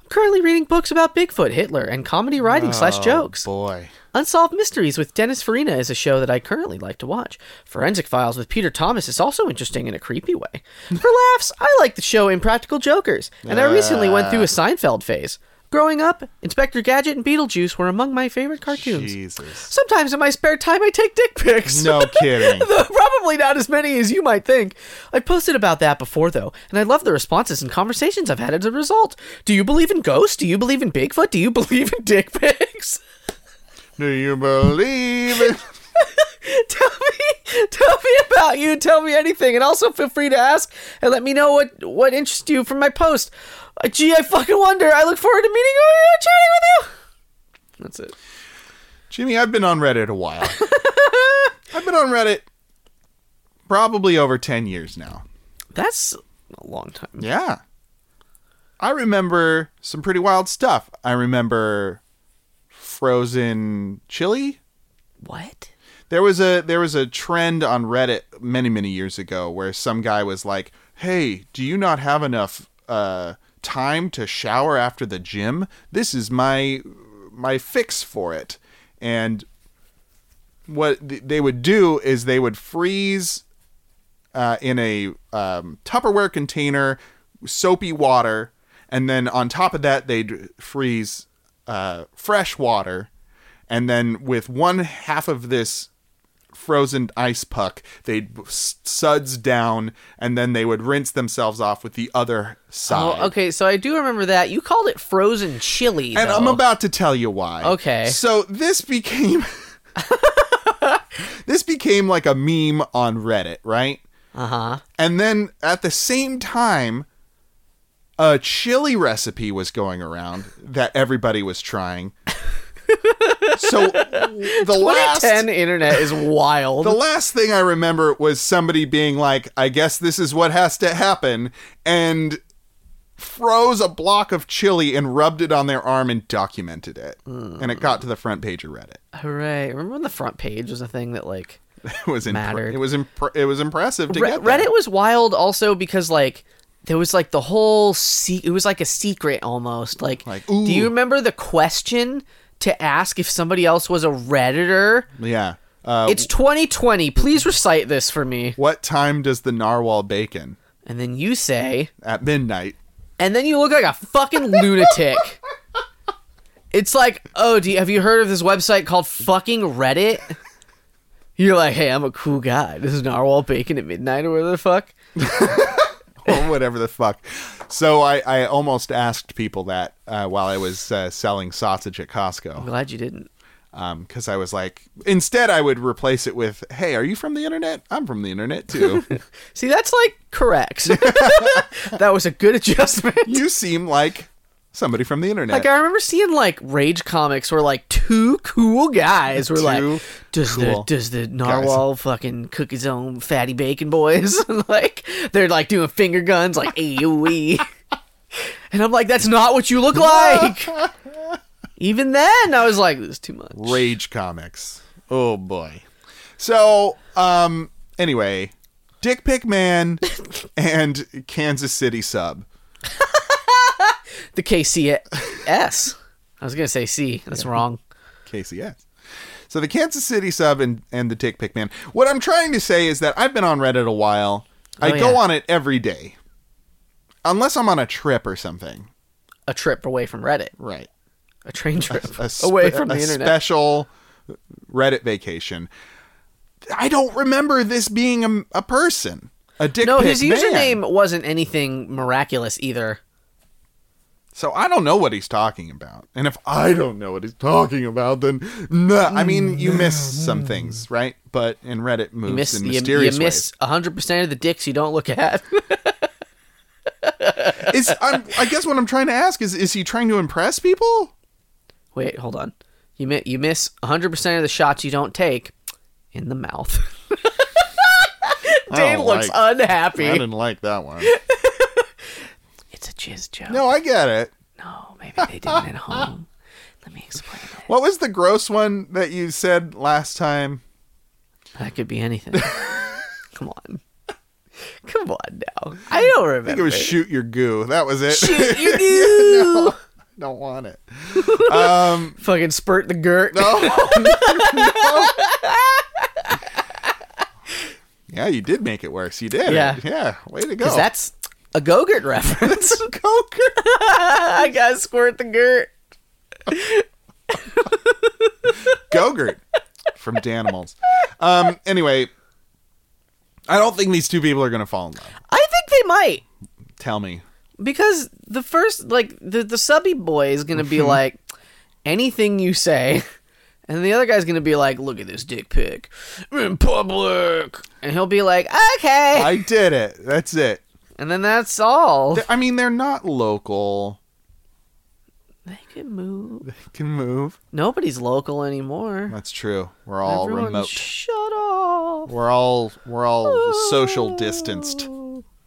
Speaker 2: I'm currently reading books about Bigfoot, Hitler, and comedy writing slash jokes.
Speaker 1: boy.
Speaker 2: Unsolved Mysteries with Dennis Farina is a show that I currently like to watch. Forensic Files with Peter Thomas is also interesting in a creepy way. For laughs, I like the show Impractical Jokers, and I recently went through a Seinfeld phase. Growing up, Inspector Gadget and Beetlejuice were among my favorite cartoons.
Speaker 1: Jesus.
Speaker 2: Sometimes in my spare time, I take dick pics.
Speaker 1: No kidding.
Speaker 2: Though Probably not as many as you might think. I posted about that before, though, and I love the responses and conversations I've had as a result. Do you believe in ghosts? Do you believe in Bigfoot? Do you believe in dick pics?
Speaker 1: Do you believe it?
Speaker 2: tell me tell me about you tell me anything and also feel free to ask and let me know what what interests you from my post Uh, gee i fucking wonder i look forward to meeting you and chatting with you that's it
Speaker 1: Jimmy, I've been on Reddit a while. I've been on Reddit probably over 10 years now.
Speaker 2: that's a long time
Speaker 1: Yeah. I remember some pretty wild stuff. I remember frozen chili.
Speaker 2: what
Speaker 1: There was a there was a trend on Reddit many many years ago where some guy was like, "Hey, do you not have enough uh time to shower after the gym? This is my my fix for it." And what th- they would do is they would freeze uh, in a um, Tupperware container soapy water, and then on top of that they'd freeze uh, fresh water, and then with one half of this frozen ice puck they'd s- suds down, and then they would rinse themselves off with the other side.
Speaker 2: oh okay so i do remember that you called it frozen chili
Speaker 1: And
Speaker 2: though.
Speaker 1: I'm about to tell you why.
Speaker 2: Okay.
Speaker 1: So this became this became like a meme on Reddit, right?
Speaker 2: uh-huh
Speaker 1: And then at the same time, a chili recipe was going around that everybody was trying. so the last
Speaker 2: 2010 internet is wild
Speaker 1: the last thing I remember was somebody being like, I guess this is what has to happen, and froze a block of chili and rubbed it on their arm and documented it. And it got to the front page of Reddit.
Speaker 2: hooray remember when the front page was a thing that like
Speaker 1: It was impre-
Speaker 2: Mattered.
Speaker 1: it was impre- it was impressive to
Speaker 2: Re-
Speaker 1: get there.
Speaker 2: Reddit was wild also because like there was like the whole se- it was like a secret almost like,
Speaker 1: Like,
Speaker 2: do
Speaker 1: ooh.
Speaker 2: you remember the question to ask if somebody else was a redditor
Speaker 1: Yeah. Uh,
Speaker 2: it's 2020 please recite this for me
Speaker 1: what time does the narwhal bacon?
Speaker 2: and then you say
Speaker 1: At midnight.
Speaker 2: and then you look like a fucking lunatic it's like oh do you, have you heard of this website called fucking reddit you're like hey i'm a cool guy this is narwhal bacon at midnight or whatever the fuck
Speaker 1: or whatever the fuck. So I, I almost asked people that uh, while I was uh, selling sausage at Costco.
Speaker 2: i'm glad you didn't
Speaker 1: because um, I was like, instead, I would replace it with, "Hey, are you from the internet? I'm from the internet too.
Speaker 2: See, that's like correct. that was a good adjustment.
Speaker 1: you seem like somebody from the internet."
Speaker 2: Like I remember seeing like Rage comics where like two cool guys were
Speaker 1: Two
Speaker 2: like, does
Speaker 1: cool
Speaker 2: the does the narwhal fucking cook his own fatty bacon boys? And, like they're like doing finger guns like AOE, and I'm like, that's not what you look like. Even then, I was like, this is too much.
Speaker 1: Rage comics. Oh boy. So, um anyway, Dick Pic Man and Kansas City Sub.
Speaker 2: The KCS. I was gonna say C. That's wrong.
Speaker 1: KCS. So the Kansas City Sub and, and the Dick Pic Man. What I'm trying to say is that I've been on Reddit a while. I
Speaker 2: Oh,
Speaker 1: go
Speaker 2: yeah.
Speaker 1: on it every day. Unless I'm on a trip or something.
Speaker 2: A trip away from Reddit.
Speaker 1: Right.
Speaker 2: A train trip
Speaker 1: a spe-
Speaker 2: away from the
Speaker 1: a
Speaker 2: internet.
Speaker 1: special Reddit vacation. I don't remember this being a, a person. A dick.
Speaker 2: no,
Speaker 1: pic
Speaker 2: his
Speaker 1: man.
Speaker 2: username wasn't anything miraculous either.
Speaker 1: So I don't know what he's talking about. And if I don't know what he's talking about, then nah. I mean, you miss some things, right? But in Reddit moves
Speaker 2: Mm-hmm. You miss
Speaker 1: in
Speaker 2: you, you
Speaker 1: mysterious
Speaker 2: miss hundred percent of the dicks you don't look at.
Speaker 1: ways. Is, I'm, I guess what I'm trying to ask is: Is he trying to impress people?
Speaker 2: Wait, hold on. You mi- you miss hundred percent of the shots you don't take in the mouth.
Speaker 1: I
Speaker 2: Dane
Speaker 1: don't
Speaker 2: looks
Speaker 1: Oh, like- I
Speaker 2: unhappy.
Speaker 1: didn't like that one.
Speaker 2: It's a jizz joke.
Speaker 1: No, I get it.
Speaker 2: No, maybe they didn't at home. Let me explain it.
Speaker 1: What was the gross one that you said last time?
Speaker 2: That could be anything. Come on. Come on now. I don't remember.
Speaker 1: I think it was shoot your goo. That was it.
Speaker 2: Shoot you do.
Speaker 1: Don't want it. Um,
Speaker 2: Fucking spurt the girt.
Speaker 1: Oh. yeah, you did make it worse. You did.
Speaker 2: Yeah.
Speaker 1: Yeah. Way to go.
Speaker 2: Because that's a Gogurt reference.
Speaker 1: Coker.
Speaker 2: I gotta squirt the girt.
Speaker 1: Gogurt from Danimals. Um, anyway, I don't think these two people are going to fall in love.
Speaker 2: I think they might.
Speaker 1: Tell me.
Speaker 2: Because the first, like, the, the subby boy is going to
Speaker 1: Mm-hmm.
Speaker 2: be like, anything you say. And the other guy's going to be like, look at this dick pic in public. And he'll be like, okay.
Speaker 1: I did it. That's it.
Speaker 2: and then that's all.
Speaker 1: I mean, they're not local.
Speaker 2: They can move.
Speaker 1: They can move.
Speaker 2: Nobody's local anymore.
Speaker 1: That's true. We're all
Speaker 2: Everyone
Speaker 1: remote.
Speaker 2: shut off.
Speaker 1: we're all we're all social distanced.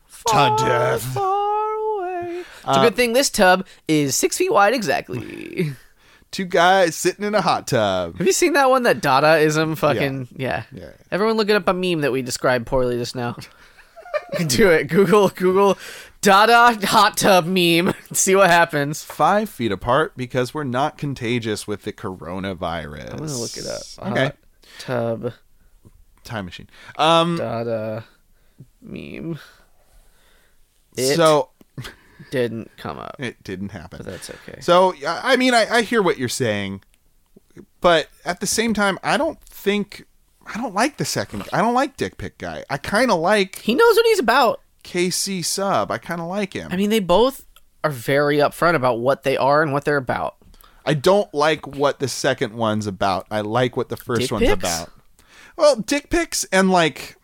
Speaker 2: Far,
Speaker 1: death.
Speaker 2: Far away. It's
Speaker 1: Uh,
Speaker 2: a good thing this tub is six feet wide exactly.
Speaker 1: Two guys sitting in a hot tub.
Speaker 2: Have you seen that one that Dadaism fucking yeah.
Speaker 1: Yeah.
Speaker 2: Everyone look it up a meme that we described poorly just now. Do it. Google Google Dada hot tub meme. See what happens.
Speaker 1: five feet apart because we're not contagious with the coronavirus. I'm
Speaker 2: gonna look it up. Uh-huh.
Speaker 1: Okay.
Speaker 2: Hot tub
Speaker 1: Time machine. Um.
Speaker 2: Dada meme. It
Speaker 1: So
Speaker 2: didn't come up.
Speaker 1: it didn't happen.
Speaker 2: But that's okay.
Speaker 1: So I I mean, I, I hear what you're saying, but at the same time, I don't think I don't like the second. I don't like Dick Pick guy. I kind of like
Speaker 2: He knows what he's about.
Speaker 1: KC Sub. I kind of like him.
Speaker 2: I mean, they both are very upfront about what they are and what they're about.
Speaker 1: I don't like what the second one's about. I like what the first
Speaker 2: Dick
Speaker 1: one's
Speaker 2: pics?
Speaker 1: about. Well, dick pics and like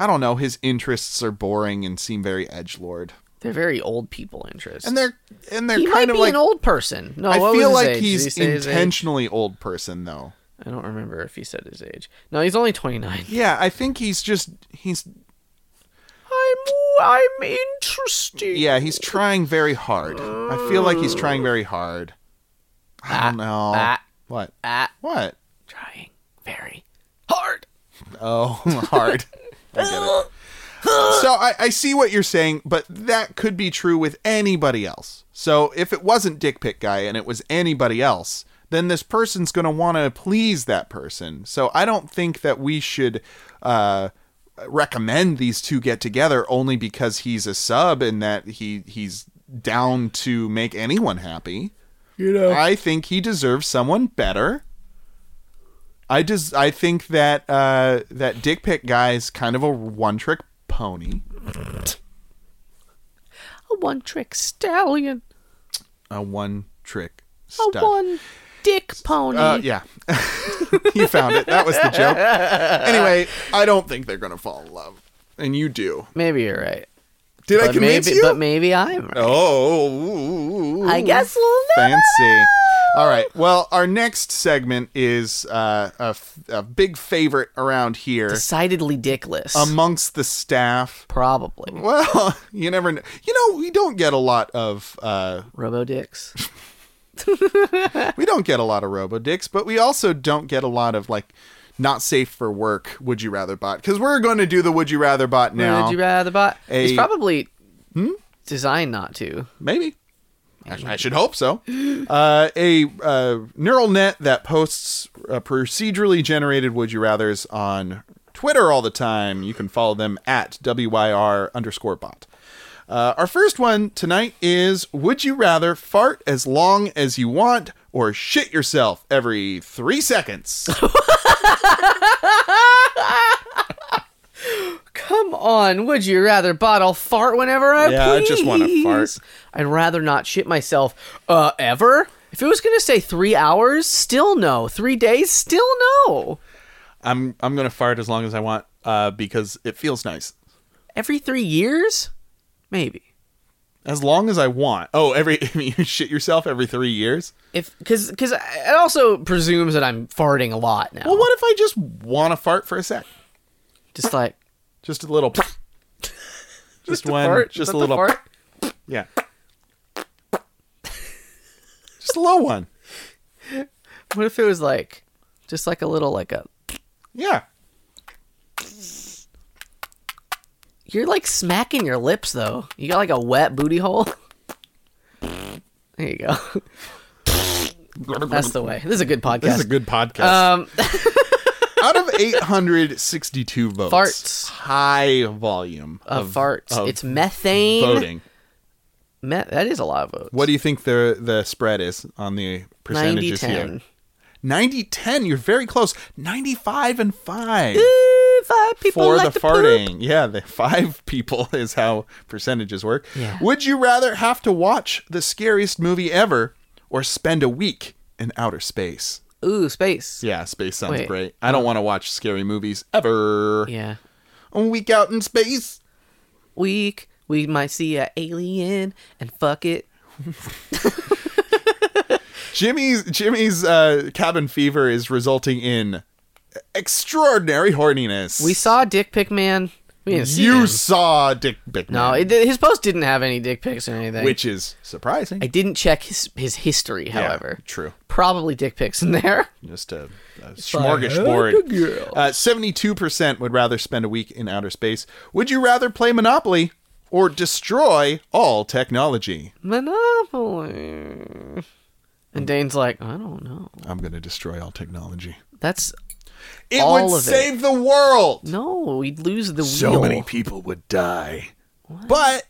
Speaker 1: I don't know, his interests are boring and seem very edge lord.
Speaker 2: They're very old people interests.
Speaker 1: And they're and they're
Speaker 2: he
Speaker 1: kind
Speaker 2: might
Speaker 1: of
Speaker 2: be
Speaker 1: like
Speaker 2: an old person. No,
Speaker 1: I
Speaker 2: what
Speaker 1: feel
Speaker 2: was his
Speaker 1: like
Speaker 2: age? Did he
Speaker 1: he's
Speaker 2: say his age?
Speaker 1: intentionally old person though.
Speaker 2: I don't remember if he said his age. No, he's only 29.
Speaker 1: Yeah, I think he's just he's
Speaker 2: I'm I'm interested.
Speaker 1: yeah, he's trying very hard. I feel like he's trying very hard. I don't know.
Speaker 2: ah.
Speaker 1: What?
Speaker 2: Ah,
Speaker 1: What?
Speaker 2: trying very hard.
Speaker 1: Oh, hard. I get it. So I, I see what you're saying, but that could be true with anybody else. So if it wasn't Dick Pick Guy and it was anybody else, then this person's going to want to please that person. So I don't think that we should uh, recommend these two get together only because he's a sub and that he he's down to make anyone happy.
Speaker 2: You know.
Speaker 1: I think he deserves someone better. I just I think that uh, that dick pic guy is kind of a one trick pony,
Speaker 2: A one trick stallion.
Speaker 1: a one trick
Speaker 2: A
Speaker 1: stud.
Speaker 2: one dick pony.
Speaker 1: Uh, yeah, you found it. That was the joke. Anyway, I don't think they're gonna fall in love, and you do.
Speaker 2: Maybe you're right.
Speaker 1: Did I
Speaker 2: But
Speaker 1: convince
Speaker 2: maybe
Speaker 1: you?
Speaker 2: but maybe I'm right.
Speaker 1: oh, ooh, ooh,
Speaker 2: I
Speaker 1: ooh.
Speaker 2: guess we'll never
Speaker 1: fancy. All right. Well, our next segment is uh, a, f- a big favorite around here
Speaker 2: decidedly dickless.
Speaker 1: amongst the staff.
Speaker 2: Probably.
Speaker 1: Well, you never know. You know, we don't get a lot of uh
Speaker 2: Robo dicks.
Speaker 1: we don't get a lot of robo dicks, but we also don't get a lot of like not safe for work would you rather bot because we're going to do the would you rather bot now.
Speaker 2: Would you rather bot?
Speaker 1: A-
Speaker 2: It's
Speaker 1: Hmm?
Speaker 2: probably designed not to.
Speaker 1: Maybe. I, I should hope so. Uh, a uh, neural net that posts uh, procedurally generated would you rather's on Twitter all the time. You can follow them at WYR underscore bot. Uh, our first one tonight is Would you rather fart as long as you want or shit yourself every three seconds?
Speaker 2: Come on, would you rather bot? I'll fart whenever I
Speaker 1: Yeah, I
Speaker 2: please.
Speaker 1: just wanna fart.
Speaker 2: I'd rather not shit myself uh, ever. If it was gonna say three hours, still no. Three days, still no.
Speaker 1: I'm, I'm going to fart as long as I want uh, because it feels nice.
Speaker 2: Every three years, maybe.
Speaker 1: As long as I want. Oh, every you shit yourself every three years?
Speaker 2: If because because it also presumes that I'm farting a lot now.
Speaker 1: Well, what if I just want to fart for a sec?
Speaker 2: Just like
Speaker 1: Just a little. just, one.
Speaker 2: fart? Is
Speaker 1: Just a
Speaker 2: that the
Speaker 1: little.
Speaker 2: fart?
Speaker 1: Yeah. just a low one.
Speaker 2: What if it was like just like a little like a
Speaker 1: Yeah.
Speaker 2: You're like smacking your lips though. You got like a wet booty hole. There you go. That's the way. This is a good podcast.
Speaker 1: This is a good podcast.
Speaker 2: um,
Speaker 1: Out of 862 votes,
Speaker 2: Farts.
Speaker 1: high volume
Speaker 2: of
Speaker 1: of,
Speaker 2: farts.
Speaker 1: of
Speaker 2: it's methane.
Speaker 1: voting.
Speaker 2: Me- that is a lot of votes.
Speaker 1: What do you think the the spread is on the percentages
Speaker 2: 90, 10.
Speaker 1: here? 90 10. You're very close. 95 and 5.
Speaker 2: Eh, Five people
Speaker 1: for
Speaker 2: like
Speaker 1: the
Speaker 2: to poop.
Speaker 1: farting. Yeah, the five people is how percentages work.
Speaker 2: Yeah.
Speaker 1: Would you rather have to watch the scariest movie ever or spend a week in outer space?
Speaker 2: Ooh, space.
Speaker 1: Yeah, space sounds
Speaker 2: Wait. Oh.
Speaker 1: great. I don't want to watch scary movies ever.
Speaker 2: yeah.
Speaker 1: A week out in space.
Speaker 2: Week. We might see a alien and fuck it.
Speaker 1: Jimmy's Jimmy's uh, cabin fever is resulting in extraordinary horniness.
Speaker 2: We saw Dick Pic Man. We didn't see
Speaker 1: you
Speaker 2: him.
Speaker 1: saw Dick Bickman,
Speaker 2: No, it, his post didn't have any dick pics or anything.
Speaker 1: which is surprising.
Speaker 2: I didn't check his his history,
Speaker 1: Yeah,
Speaker 2: however.
Speaker 1: true.
Speaker 2: probably dick pics in there.
Speaker 1: just a, a
Speaker 2: like a
Speaker 1: smorgasbord.
Speaker 2: girl.
Speaker 1: Uh, 72% would rather spend a week in outer space. Would you rather play Monopoly or destroy all technology?
Speaker 2: Monopoly. And Dane's like, I don't know.
Speaker 1: I'm going to destroy all technology.
Speaker 2: That's
Speaker 1: It
Speaker 2: All
Speaker 1: would
Speaker 2: of it.
Speaker 1: save the world.
Speaker 2: no. We'd lose the
Speaker 1: So
Speaker 2: wheel.
Speaker 1: many people would die. But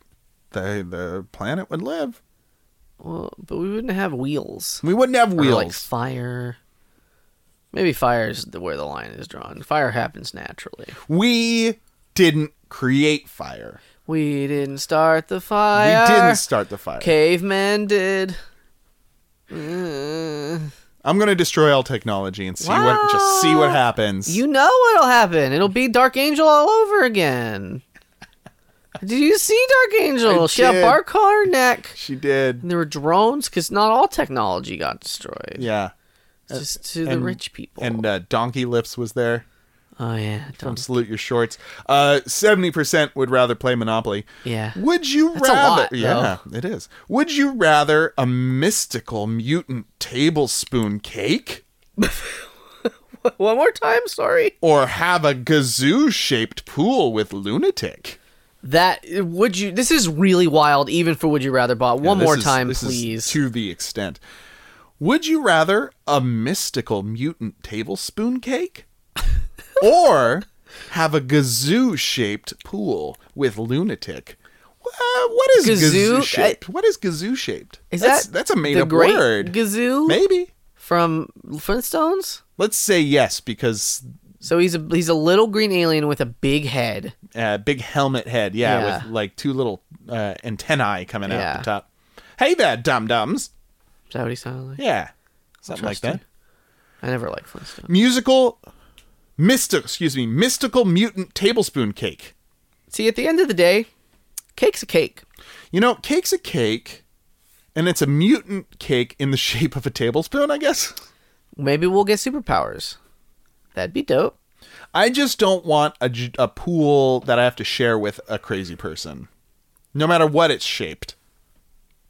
Speaker 1: the, the planet would live.
Speaker 2: Well, but we wouldn't have wheels.
Speaker 1: We wouldn't have
Speaker 2: Or like
Speaker 1: wheels.
Speaker 2: fire. Maybe fire is the, where the line is drawn. Fire happens naturally.
Speaker 1: we didn't create fire.
Speaker 2: We didn't start the
Speaker 1: We
Speaker 2: fire.
Speaker 1: didn't start the fire.
Speaker 2: Cavemen did. Uh,
Speaker 1: I'm going to destroy all technology and see what just see what
Speaker 2: Wow.
Speaker 1: happens.
Speaker 2: You know what'll happen. It'll be Dark Angel all over again. Did you see Dark Angel?
Speaker 1: I
Speaker 2: she had a
Speaker 1: did.
Speaker 2: bark on her neck.
Speaker 1: she did.
Speaker 2: And there were drones because not all technology got destroyed.
Speaker 1: Yeah.
Speaker 2: It's just to the
Speaker 1: and-
Speaker 2: rich people.
Speaker 1: and uh, Donkey Lips was there
Speaker 2: oh yeah,
Speaker 1: from
Speaker 2: don't.
Speaker 1: Salute Your Shorts. Uh, Seventy percent would rather play Monopoly.
Speaker 2: Yeah.
Speaker 1: Would you
Speaker 2: That's a
Speaker 1: rather?
Speaker 2: lot,
Speaker 1: yeah, it is. Would you rather a mystical mutant tablespoon cake
Speaker 2: One more time, sorry.
Speaker 1: or have a gazoo-shaped pool with lunatic?
Speaker 2: That would you? This is really wild, even for Would You Rather Bot. One
Speaker 1: Now, this
Speaker 2: more
Speaker 1: is-
Speaker 2: time,
Speaker 1: this is
Speaker 2: please.
Speaker 1: to the extent. Would you rather a mystical mutant tablespoon cake or have a gazoo shaped pool with lunatic? Uh, what is
Speaker 2: Gazoo?
Speaker 1: gazoo shaped? What is gazoo shaped?
Speaker 2: Is
Speaker 1: that's,
Speaker 2: that
Speaker 1: that's a made
Speaker 2: the
Speaker 1: up
Speaker 2: great
Speaker 1: word?
Speaker 2: Gazoo
Speaker 1: Maybe.
Speaker 2: from Flintstones.
Speaker 1: Let's say yes because
Speaker 2: So he's a he's a little green alien with a big head.
Speaker 1: uh, big helmet head, yeah,
Speaker 2: Yeah.
Speaker 1: with like two little uh, antennae coming out
Speaker 2: Yeah.
Speaker 1: the top. Hey there, dum dums.
Speaker 2: Is that what he sounded like?
Speaker 1: Yeah, something like that.
Speaker 2: Interesting. I never liked Flintstones.
Speaker 1: musical mystic excuse me mystical mutant tablespoon cake
Speaker 2: See, at the end of the day, cake's a cake.
Speaker 1: you know cake's a cake and it's a mutant cake in the shape of a tablespoon i guess
Speaker 2: Maybe we'll get superpowers. That'd be dope.
Speaker 1: i just don't want a, j- a pool that i have to share with a crazy person no matter what it's shaped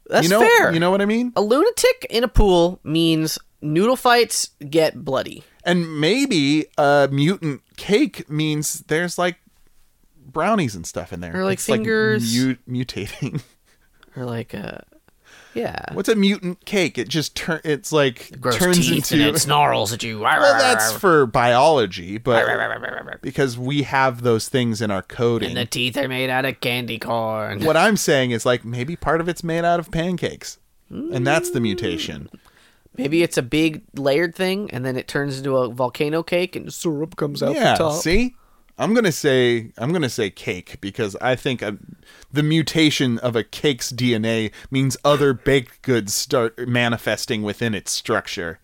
Speaker 2: That's
Speaker 1: you know,
Speaker 2: fair.
Speaker 1: You know what I mean?
Speaker 2: a lunatic in a pool means noodle fights get bloody.
Speaker 1: And maybe a mutant cake means there's like brownies and stuff in there.
Speaker 2: Or, like,
Speaker 1: It's,
Speaker 2: fingers.
Speaker 1: mu- mutating.
Speaker 2: Or like uh yeah.
Speaker 1: What's a mutant cake? It just turn. It's like
Speaker 2: Gross
Speaker 1: turns
Speaker 2: teeth
Speaker 1: into.
Speaker 2: and it snarls at you.
Speaker 1: well, that's for biology, but
Speaker 2: and
Speaker 1: because we have those things in our coding.
Speaker 2: the teeth are made out of candy corn.
Speaker 1: what I'm saying is like maybe part of it's made out of pancakes, and that's the mutation.
Speaker 2: Maybe it's a big layered thing, and then it turns into a volcano cake, and syrup comes out
Speaker 1: yeah,
Speaker 2: the top.
Speaker 1: see, I'm gonna say I'm gonna say cake because I think uh the mutation of a cake's DNA means other baked goods start manifesting within its structure.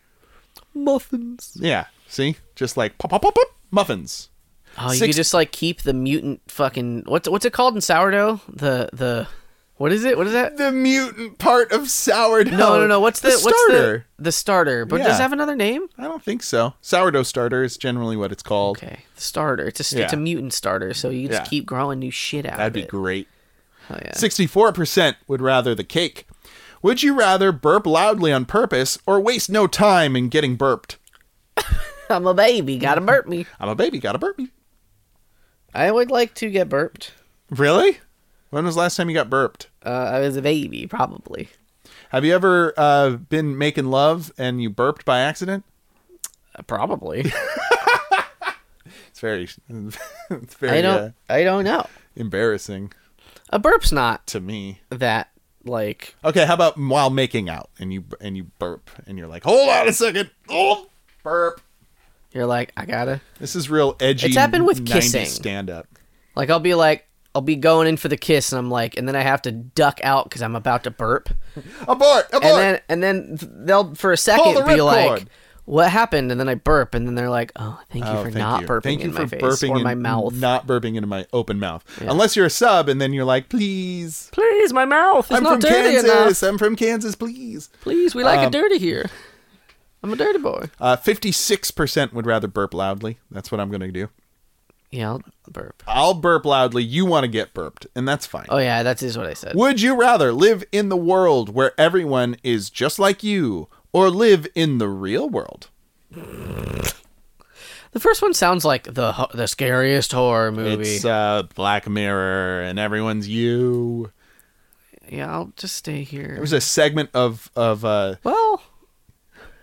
Speaker 2: Muffins.
Speaker 1: Yeah, see, just like pop pop pop pop muffins.
Speaker 2: Oh, you
Speaker 1: Six-
Speaker 2: could just like keep the mutant fucking what's what's it called in sourdough? The the what is it? What is that?
Speaker 1: The mutant part of sourdough.
Speaker 2: No, no, no. What's the, what's
Speaker 1: starter?
Speaker 2: the the starter? But does
Speaker 1: Yeah.
Speaker 2: it have another name?
Speaker 1: I don't think so. Sourdough starter is generally what it's called.
Speaker 2: Okay, the starter. It's a
Speaker 1: Yeah.
Speaker 2: it's a mutant starter, so you just
Speaker 1: Yeah.
Speaker 2: keep growing new shit out.
Speaker 1: That'd
Speaker 2: That'd
Speaker 1: be
Speaker 2: of it.
Speaker 1: great.
Speaker 2: Hell yeah.
Speaker 1: Sixty-four percent would rather the cake. Would you rather burp loudly on purpose or waste no time in getting burped?
Speaker 2: I'm a baby. Gotta burp me.
Speaker 1: I'm a baby, gotta burp me.
Speaker 2: I would like to get burped.
Speaker 1: Really? When was the last time you got burped?
Speaker 2: Uh, I was a baby, probably.
Speaker 1: Have you ever uh, been making love and you burped by accident?
Speaker 2: Uh, probably.
Speaker 1: It's very, it's
Speaker 2: I
Speaker 1: very
Speaker 2: don't.
Speaker 1: uh,
Speaker 2: I don't know.
Speaker 1: embarrassing
Speaker 2: A burp's not
Speaker 1: to me.
Speaker 2: that like
Speaker 1: Okay, how about while making out and you and you burp and you're like, hold on a second, oh, burp.
Speaker 2: you're like I gotta
Speaker 1: This is real edgy.
Speaker 2: It's happened with
Speaker 1: 90s
Speaker 2: kissing.
Speaker 1: Stand up.
Speaker 2: like I'll be like I'll be going in for the kiss and I'm like and then I have to duck out because I'm about to burp
Speaker 1: Abort! Abort!
Speaker 2: and then and then they'll for a second
Speaker 1: the
Speaker 2: be
Speaker 1: ripcord.
Speaker 2: like what happened and then I burp and then they're like oh thank you
Speaker 1: Oh,
Speaker 2: for
Speaker 1: thank
Speaker 2: not
Speaker 1: you.
Speaker 2: burping
Speaker 1: Thank you
Speaker 2: in
Speaker 1: for
Speaker 2: my face
Speaker 1: burping
Speaker 2: or my
Speaker 1: in-
Speaker 2: mouth
Speaker 1: Not burping into my open mouth. Unless you're a sub, and then you're like, please.
Speaker 2: please my mouth is
Speaker 1: I'm
Speaker 2: not
Speaker 1: from
Speaker 2: dirty
Speaker 1: Kansas.
Speaker 2: enough
Speaker 1: I'm from Kansas. Please.
Speaker 2: please we like it dirty here I'm a dirty boy
Speaker 1: Uh, 56% would rather burp loudly. That's what I'm going to do.
Speaker 2: yeah I'll burp
Speaker 1: I'll burp loudly. You want to get burped, and that's fine.
Speaker 2: oh yeah that is what I said
Speaker 1: Would you rather live in the world where everyone is just like you, or live in the real world?
Speaker 2: the first one sounds like the ho- the scariest horror movie
Speaker 1: It's uh, Black Mirror, and everyone's you.
Speaker 2: yeah I'll just stay here
Speaker 1: There was a segment of of uh,
Speaker 2: well.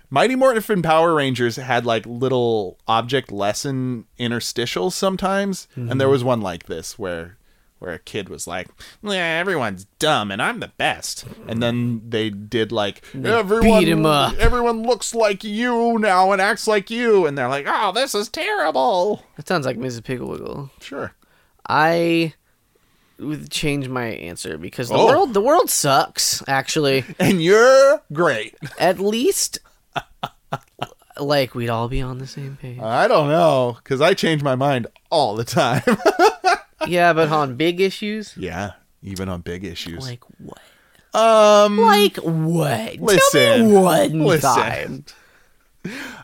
Speaker 1: Mighty Morphin Power Rangers had like little object lesson interstitials sometimes, and there was one like this where where a kid was like, "Yeah, everyone's dumb and I'm the best," and then they did like everyone
Speaker 2: beat him up."
Speaker 1: everyone looks like you now and acts like you, and they're like, "Oh, this is terrible."
Speaker 2: That sounds like Mrs. Pigglewiggle.
Speaker 1: Sure,
Speaker 2: I would change my answer because the
Speaker 1: Oh.
Speaker 2: world the world sucks actually.
Speaker 1: and you're great.
Speaker 2: At least like we'd all be on the same page.
Speaker 1: I don't know because I change my mind all the time.
Speaker 2: yeah, but on big issues
Speaker 1: yeah, even on big issues.
Speaker 2: like what?
Speaker 1: um,
Speaker 2: Like what? Tell
Speaker 1: Listen.
Speaker 2: me one
Speaker 1: Listen.
Speaker 2: time.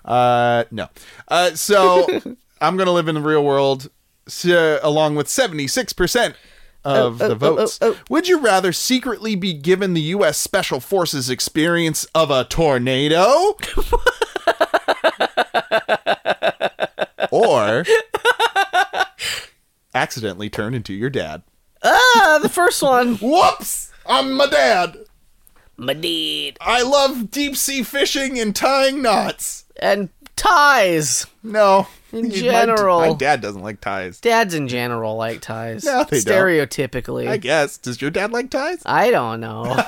Speaker 1: Uh, no. Uh, so I'm gonna live in the real world, so, along with 76 percent of
Speaker 2: Oh, oh,
Speaker 1: the
Speaker 2: oh,
Speaker 1: votes.
Speaker 2: oh, oh.
Speaker 1: Would you rather secretly be given the U.S. Special Forces experience of a tornado, or accidentally turn into your dad?
Speaker 2: Ah, the first one.
Speaker 1: Whoops! I'm my dad.
Speaker 2: My deed.
Speaker 1: I love deep sea fishing and tying knots.
Speaker 2: And ties.
Speaker 1: No.
Speaker 2: In
Speaker 1: My d-
Speaker 2: general.
Speaker 1: my dad doesn't like ties.
Speaker 2: Dads in general like ties.
Speaker 1: No, they don't.
Speaker 2: Stereotypically.
Speaker 1: I guess. Does your dad like ties?
Speaker 2: I don't know.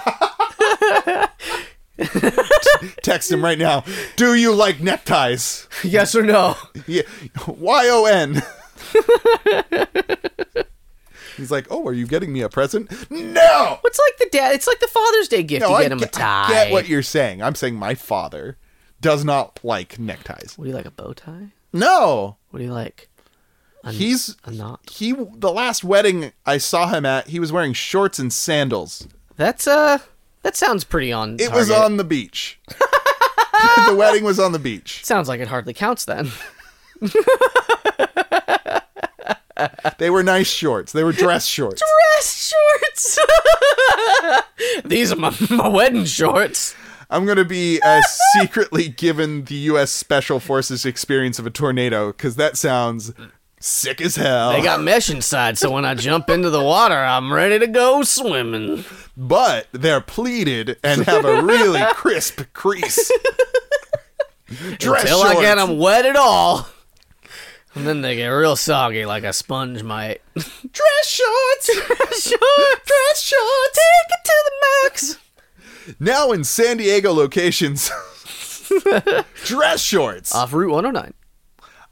Speaker 1: Text him right now. Do you like neckties?
Speaker 2: yes or no?
Speaker 1: Yeah. Y O N. He's like, oh, are you getting me a present? No.
Speaker 2: What's like the dad? It's like the Father's Day gift.
Speaker 1: No,
Speaker 2: you
Speaker 1: I
Speaker 2: get him a
Speaker 1: get-
Speaker 2: tie.
Speaker 1: I get what you're saying. I'm saying my father does not like neckties.
Speaker 2: What do you like? A bow tie?
Speaker 1: No.
Speaker 2: What do you like? A,
Speaker 1: He's
Speaker 2: a knot.
Speaker 1: he the last wedding I saw him at, he was wearing shorts and sandals.
Speaker 2: That's uh. That sounds pretty on.
Speaker 1: It was
Speaker 2: target.
Speaker 1: on the beach. the wedding was on the beach.
Speaker 2: Sounds like it hardly counts then.
Speaker 1: They were nice shorts. They were dress shorts.
Speaker 2: Dress shorts. These are my, my wedding shorts.
Speaker 1: I'm gonna be uh, secretly given the U.S. Special Forces experience of a tornado because that sounds sick as hell.
Speaker 2: They got mesh inside, so when I jump into the water, I'm ready to go swimming.
Speaker 1: but they're pleated and have a really crisp crease. Dress
Speaker 2: Till
Speaker 1: shorts.
Speaker 2: I get them wet at all. And then they get real soggy like a sponge might.
Speaker 1: Dress shorts.
Speaker 2: Dress shorts. Dress shorts. Take it to the max.
Speaker 1: Now in San Diego locations. Dress shorts.
Speaker 2: Off Route 109.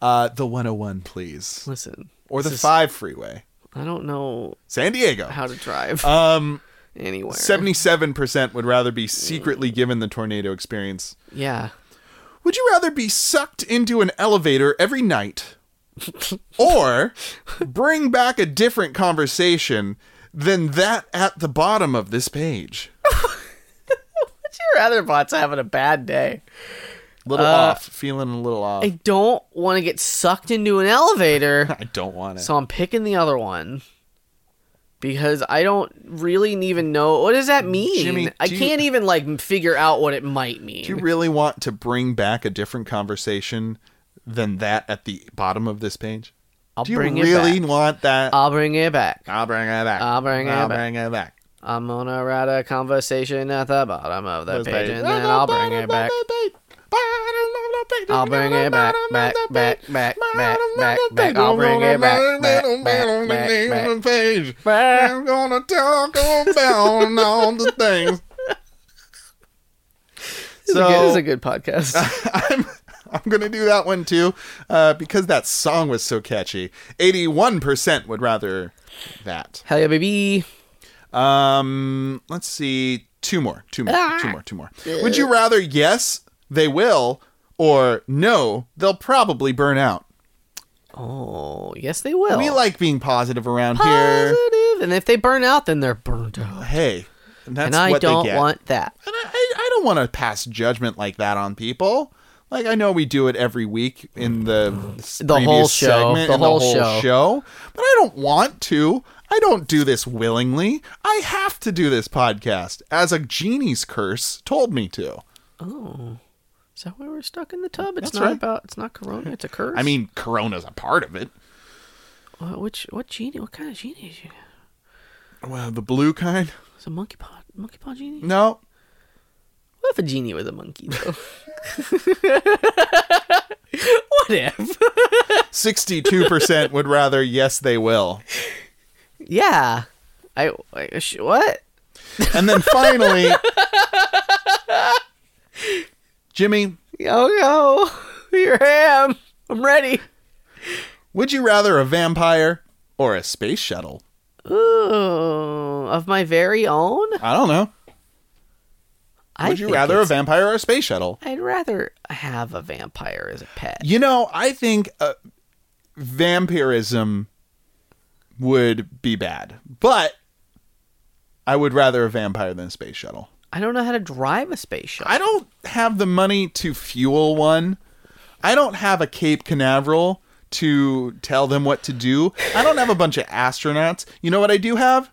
Speaker 1: Uh, the 101, please,
Speaker 2: Listen,
Speaker 1: or the five freeway,
Speaker 2: I don't know
Speaker 1: San Diego.
Speaker 2: how to drive
Speaker 1: Um,
Speaker 2: anywhere.
Speaker 1: seventy-seven percent would rather be secretly given the tornado experience.
Speaker 2: Yeah.
Speaker 1: Would you rather be sucked into an elevator every night or bring back a different conversation than that at the bottom of this page?
Speaker 2: Would you rather bots having a bad day?
Speaker 1: Little
Speaker 2: Uh,
Speaker 1: off, feeling a little off.
Speaker 2: I
Speaker 1: I,
Speaker 2: don't want to get sucked into an elevator,
Speaker 1: don't want it.
Speaker 2: so I'm picking the other one because I don't really even know what does that mean.
Speaker 1: Jimmy,
Speaker 2: I
Speaker 1: do you-
Speaker 2: can't even like figure out what it might mean.
Speaker 1: Do you really want to bring back a different conversation than that at the bottom of this page?
Speaker 2: I'll
Speaker 1: Do you
Speaker 2: bring
Speaker 1: really
Speaker 2: it back.
Speaker 1: want that?
Speaker 2: I'll bring it back.
Speaker 1: I'll bring it back.
Speaker 2: I'll bring it
Speaker 1: I'll
Speaker 2: back.
Speaker 1: bring it back.
Speaker 2: I'm gonna write a conversation at the bottom of the
Speaker 1: Those
Speaker 2: page,
Speaker 1: pages.
Speaker 2: and then I'll bring it back. I'll bring it back, back, back, back, back, back, back. I'll bring it back, back, back, back, back.
Speaker 1: Page.
Speaker 2: back.
Speaker 1: I'm gonna talk about all the things.
Speaker 2: This is a good- this is
Speaker 1: So
Speaker 2: a good podcast.
Speaker 1: I'm I'm gonna do that one too, uh, because that song was so catchy. Eighty-one percent would rather that.
Speaker 2: Hell yeah, baby.
Speaker 1: Um, let's see, two more, two more,
Speaker 2: Ah.
Speaker 1: two more, two more. Would you rather yes they will or no they'll probably burn out?
Speaker 2: Oh, yes, they will.
Speaker 1: We like being positive around here.
Speaker 2: positive, and if they burn out, then they're burned out.
Speaker 1: Hey, and that's
Speaker 2: And I
Speaker 1: what
Speaker 2: don't
Speaker 1: they get.
Speaker 2: want that.
Speaker 1: And I, I, I don't want to pass judgment like that on people. Like I know we do it every week in the
Speaker 2: The
Speaker 1: previous
Speaker 2: whole show.
Speaker 1: segment
Speaker 2: The
Speaker 1: and
Speaker 2: whole
Speaker 1: the whole
Speaker 2: show.
Speaker 1: show, but I don't want to. I don't do this willingly. I have to do this podcast as a genie's curse told me to.
Speaker 2: Oh, is that why we're stuck in the tub? It's
Speaker 1: That's
Speaker 2: not
Speaker 1: right.
Speaker 2: about. It's not corona. It's a curse.
Speaker 1: I mean, Corona's a part of it.
Speaker 2: Uh, which what genie? What kind of genie is you?
Speaker 1: Well, the blue kind?
Speaker 2: It's a monkey pod. Monkey pod genie.
Speaker 1: No.
Speaker 2: What if a genie was a monkey though? what if?
Speaker 1: 62% would rather yes they will.
Speaker 2: Yeah. I, I sh- what?
Speaker 1: And then finally Jimmy,
Speaker 2: Yo yo, here I am. I'm ready.
Speaker 1: Would you rather a vampire or a space shuttle?
Speaker 2: Ooh, of my very own.
Speaker 1: I don't know.
Speaker 2: I
Speaker 1: Would you
Speaker 2: think
Speaker 1: rather a
Speaker 2: it's-
Speaker 1: vampire or a space shuttle?
Speaker 2: I'd rather have a vampire as a pet.
Speaker 1: You know, I think uh, vampirism would be bad, but I would rather a vampire than a space shuttle.
Speaker 2: I don't know how to drive a space shuttle.
Speaker 1: I don't have the money to fuel one. I don't have a Cape Canaveral to tell them what to do. I don't have a bunch of astronauts. You know what I do have?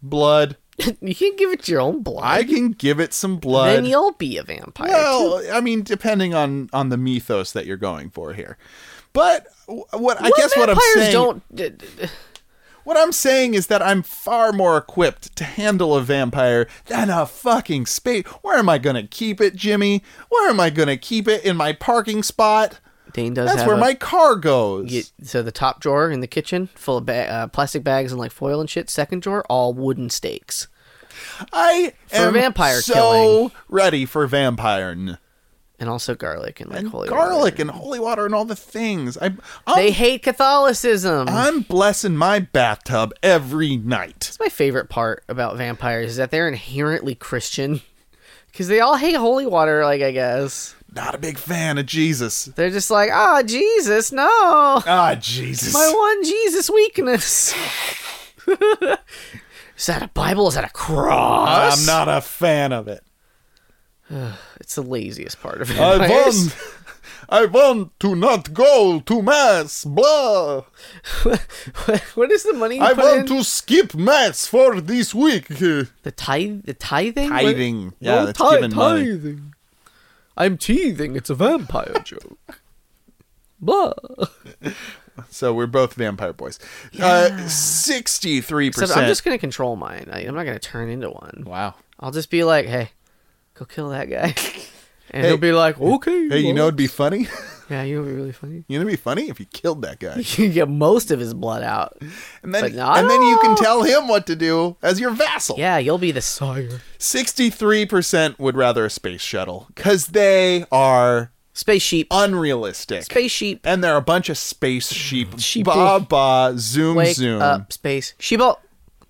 Speaker 1: Blood.
Speaker 2: you can give it your own blood.
Speaker 1: I can give it some blood.
Speaker 2: Then you'll be a vampire. too.
Speaker 1: Well, I mean, depending on on the mythos that you're going for here, but w- what I
Speaker 2: What
Speaker 1: guess what I'm
Speaker 2: vampires
Speaker 1: saying,
Speaker 2: don't. d- d- d-
Speaker 1: what I'm saying is that I'm far more equipped to handle a vampire than a fucking space. Where am I gonna keep it, Jimmy? Where am I gonna keep it in my parking spot?
Speaker 2: Dane does
Speaker 1: That's
Speaker 2: have
Speaker 1: where
Speaker 2: a-
Speaker 1: my car goes.
Speaker 2: you- so the top drawer in the kitchen, full of ba- uh, plastic bags and like foil and shit. Second drawer, all wooden stakes.
Speaker 1: I am
Speaker 2: vampire
Speaker 1: so
Speaker 2: killing.
Speaker 1: ready for vampiring.
Speaker 2: And also garlic and like holy water.
Speaker 1: Garlic and holy water and all the things. I, I'm,
Speaker 2: They hate Catholicism.
Speaker 1: I'm blessing my bathtub every night.
Speaker 2: That's my favorite part about vampires is that they're inherently Christian. Because they all hate holy water, like I guess.
Speaker 1: not a big fan of Jesus.
Speaker 2: They're just like, ah, Jesus, no.
Speaker 1: Ah, Jesus.
Speaker 2: My one Jesus weakness. is that a Bible? Is that a cross?
Speaker 1: Um, I'm not a fan of it.
Speaker 2: It's the laziest part of
Speaker 1: I
Speaker 2: vampires.
Speaker 1: won. I want to not go to mass. Blah.
Speaker 2: what is the money you
Speaker 1: I
Speaker 2: put
Speaker 1: want
Speaker 2: in?
Speaker 1: to skip mass for this week.
Speaker 2: the tithe, the tithing, What-
Speaker 1: Tithing. Yeah,
Speaker 2: No,
Speaker 1: that's
Speaker 2: ti-
Speaker 1: giving money.
Speaker 2: tithing. I'm teething. It's a vampire joke. Blah.
Speaker 1: So we're both vampire boys. Uh, sixty-three
Speaker 2: Except
Speaker 1: percent.
Speaker 2: I'm just gonna control mine. I, I'm not gonna turn into one.
Speaker 1: Wow.
Speaker 2: I'll just be like, hey, go kill that guy, and
Speaker 1: Hey.
Speaker 2: he'll be like, okay.
Speaker 1: Hey, you
Speaker 2: well."
Speaker 1: know it'd be funny.
Speaker 2: yeah, you know, it'd be really funny.
Speaker 1: you know it'd be funny if you killed that guy,
Speaker 2: You get most of his blood out.
Speaker 1: and then
Speaker 2: But no.
Speaker 1: and then you can tell him what to do as your vassal.
Speaker 2: Yeah, you'll be the sire.
Speaker 1: Sixty-three percent would rather a space shuttle because they are
Speaker 2: Space sheep.
Speaker 1: unrealistic.
Speaker 2: Space sheep.
Speaker 1: and they're a bunch of space sheep. Ba
Speaker 2: Sheeple.
Speaker 1: ba zoom
Speaker 2: Wake
Speaker 1: zoom.
Speaker 2: up, space sheeple.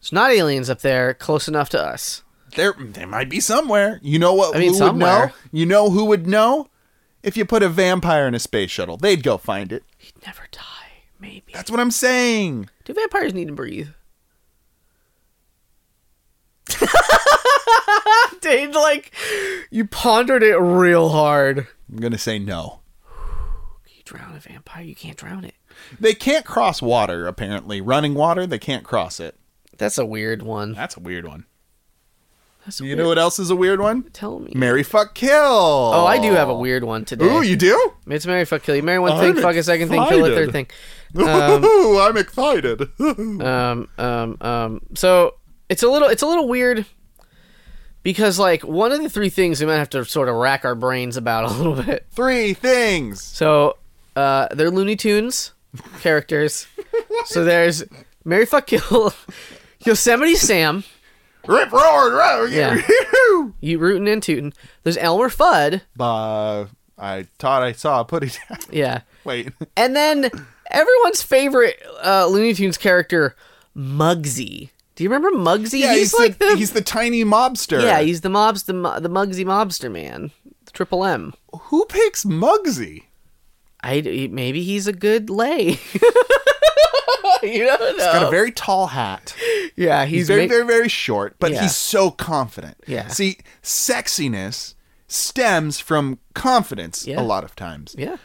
Speaker 2: It's not aliens up there, close enough to us.
Speaker 1: There, there might be somewhere. You know what?
Speaker 2: I mean,
Speaker 1: who would know?
Speaker 2: somewhere.
Speaker 1: You know who would know? If you put a vampire in a space shuttle, they'd go find it.
Speaker 2: He'd never die. Maybe.
Speaker 1: That's what I'm saying.
Speaker 2: Do vampires need to breathe? Dave, like, you pondered it real hard.
Speaker 1: I'm gonna say no.
Speaker 2: You drown a vampire, you can't drown it.
Speaker 1: They can't cross water. Apparently, running water, they can't cross it.
Speaker 2: That's a weird one.
Speaker 1: That's a weird one.
Speaker 2: That's a
Speaker 1: You
Speaker 2: weird.
Speaker 1: know what else is a weird one?
Speaker 2: Tell me.
Speaker 1: Marry, fuck, kill. Oh,
Speaker 2: oh, I do have a weird one today.
Speaker 1: Ooh, you do?
Speaker 2: it's marry, fuck, kill. You marry one
Speaker 1: I'm
Speaker 2: thing, fuck a second thing, kill a third
Speaker 1: excited.
Speaker 2: thing.
Speaker 1: Ooh, I'm excited.
Speaker 2: um, um, um, so it's a little it's a little weird because like one of the three things we might have to sort of rack our brains about a little bit.
Speaker 1: Three things.
Speaker 2: So uh, they're Looney Tunes characters. so there's Mary Fuck Kill, Yosemite Sam,
Speaker 1: Rip roar roar.
Speaker 2: Yeah. you rootin' and tootin'. There's Elmer Fudd,
Speaker 1: Uh, I thought I saw a putty down.
Speaker 2: yeah,
Speaker 1: Wait.
Speaker 2: and then everyone's favorite uh, Looney Tunes character, Muggsy. Do you remember Muggsy?
Speaker 1: Yeah, he's,
Speaker 2: like
Speaker 1: the,
Speaker 2: the
Speaker 1: he's the tiny mobster.
Speaker 2: Yeah, he's the mobs, the mo- the Mugsy mobster man, the Triple M.
Speaker 1: who picks Muggsy?
Speaker 2: I d- maybe he's a good lay. you don't know.
Speaker 1: Got a very tall hat.
Speaker 2: yeah, he's,
Speaker 1: He's very,
Speaker 2: ma-
Speaker 1: very, very short, but
Speaker 2: Yeah.
Speaker 1: he's so confident.
Speaker 2: Yeah.
Speaker 1: See, sexiness stems from confidence
Speaker 2: Yeah.
Speaker 1: a lot of times.
Speaker 2: yeah.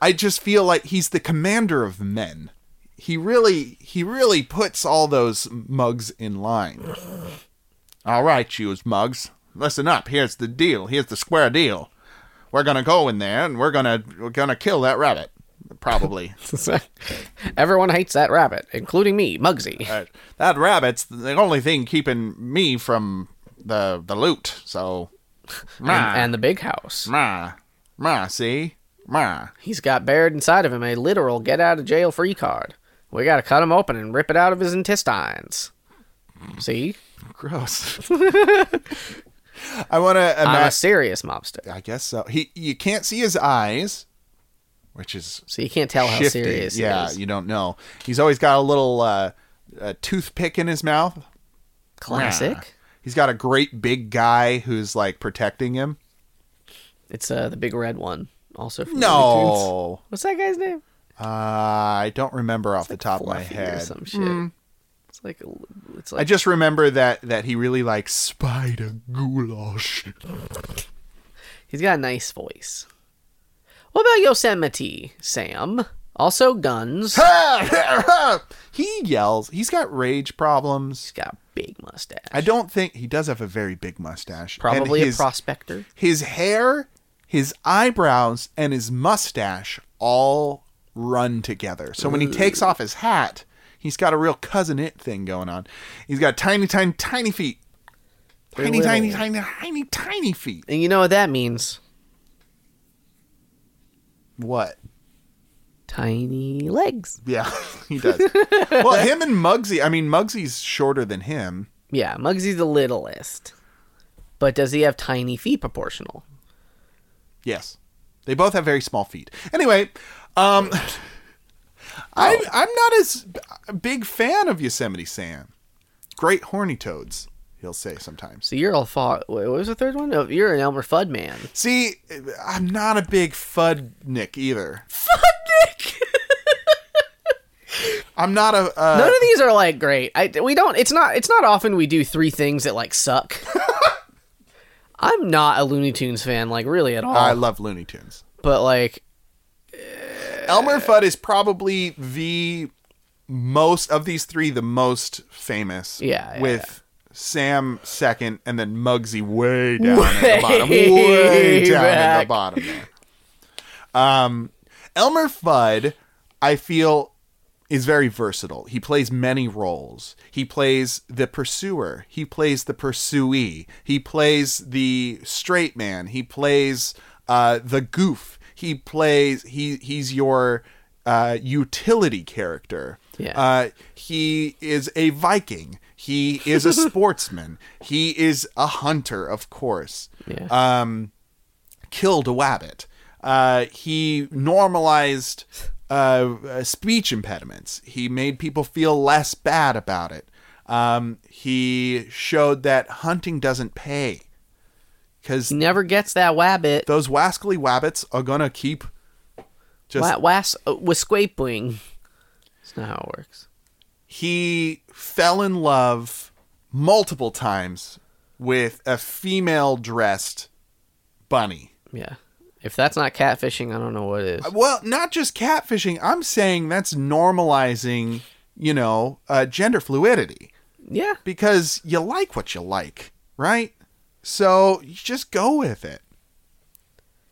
Speaker 1: I just feel like he's the commander of men. He really, he really puts all those mugs in line. all right, you mugs, listen up. Here's the deal. Here's the square deal. We're gonna go in there and we're gonna we're gonna kill that rabbit, probably.
Speaker 2: Everyone hates that rabbit, including me, Muggsy.
Speaker 1: Right. Uh, That rabbit's the only thing keeping me from the the loot. So,
Speaker 2: And, and the big house.
Speaker 1: ma, ma, see, ma.
Speaker 2: He's got buried inside of him a literal get out of jail free card. We gotta cut him open and rip it out of his intestines. See,
Speaker 1: Gross. I want to
Speaker 2: I'm a
Speaker 1: imagine.
Speaker 2: serious mobster,
Speaker 1: I guess so. He, you can't see his eyes, which is
Speaker 2: so you can't tell how
Speaker 1: shifty.
Speaker 2: serious. he
Speaker 1: yeah,
Speaker 2: is.
Speaker 1: you don't know. He's always got a little uh, a toothpick in his mouth.
Speaker 2: classic.
Speaker 1: Nah. He's got a great big guy who's like protecting him.
Speaker 2: It's uh, the big red one, also. From Looney Tunes.
Speaker 1: No,
Speaker 2: What's that guy's name?
Speaker 1: uh, I don't remember off the top of my
Speaker 2: Fluffy or
Speaker 1: head.
Speaker 2: some shit. It's like a- it's
Speaker 1: I
Speaker 2: like
Speaker 1: just remember that that he really likes spider goulash.
Speaker 2: he's got a nice voice. What about Yosemite Sam? Also guns. He's
Speaker 1: he yells. He's got rage problems.
Speaker 2: got a big mustache.
Speaker 1: I don't think he does have a very big mustache. And
Speaker 2: Probably a
Speaker 1: his-
Speaker 2: prospector.
Speaker 1: his hair, his eyebrows, and his mustache all run together. So when he takes off his hat, he's got a real cousin it thing going on. He's got tiny, tiny, tiny feet.
Speaker 2: They're
Speaker 1: Tiny, tiny,
Speaker 2: little.
Speaker 1: tiny, tiny, tiny feet.
Speaker 2: And you know what that means?
Speaker 1: What?
Speaker 2: Tiny legs.
Speaker 1: Yeah, he does. well, him and Muggsy. I mean, Muggsy's shorter than him.
Speaker 2: Yeah, Muggsy's the littlest. But does he have tiny feet proportional?
Speaker 1: Yes, they both have very small feet. Anyway, um, I'm I'm not as b- a big fan of Yosemite Sam. Great horny toads, he'll say sometimes.
Speaker 2: So you're all far. What was the third one? Oh, you're an Elmer Fudd man.
Speaker 1: See, I'm not a big Fudnick either. I'm not a. Uh,
Speaker 2: None of these are like great. I we don't. It's not. It's not often we do three things that like suck. I'm not a Looney Tunes fan, like really at all.
Speaker 1: I love Looney Tunes.
Speaker 2: but like,
Speaker 1: Elmer Fudd is probably the most of these three, the most famous.
Speaker 2: Yeah, yeah,
Speaker 1: with Sam second, and then Muggsy way down at the bottom,
Speaker 2: Way
Speaker 1: way down at the
Speaker 2: back.
Speaker 1: bottom. There. Um, Elmer Fudd, I feel. Is very versatile. He plays many roles. He plays the pursuer. He plays the pursuee. He plays the straight man. He plays uh, the goof. He plays he he's your uh, utility character.
Speaker 2: Yeah.
Speaker 1: Uh, he is a Viking. He is a sportsman. He is a hunter, of course.
Speaker 2: Yeah.
Speaker 1: Killed a wabbit. Uh, he normalized uh, uh, speech impediments. He made people feel less bad about it. Um, he showed that hunting doesn't pay because
Speaker 2: Never gets that wabbit.
Speaker 1: those wascally wabbits are gonna keep just
Speaker 2: Wa- was uh, wasquaping. That's not how it works.
Speaker 1: he fell in love multiple times with a female dressed bunny.
Speaker 2: Yeah. If that's not catfishing, I don't know what is.
Speaker 1: Well, not just catfishing. I'm saying that's normalizing, you know, uh, gender fluidity
Speaker 2: Yeah.
Speaker 1: because you like what you like, right? So you just go with it.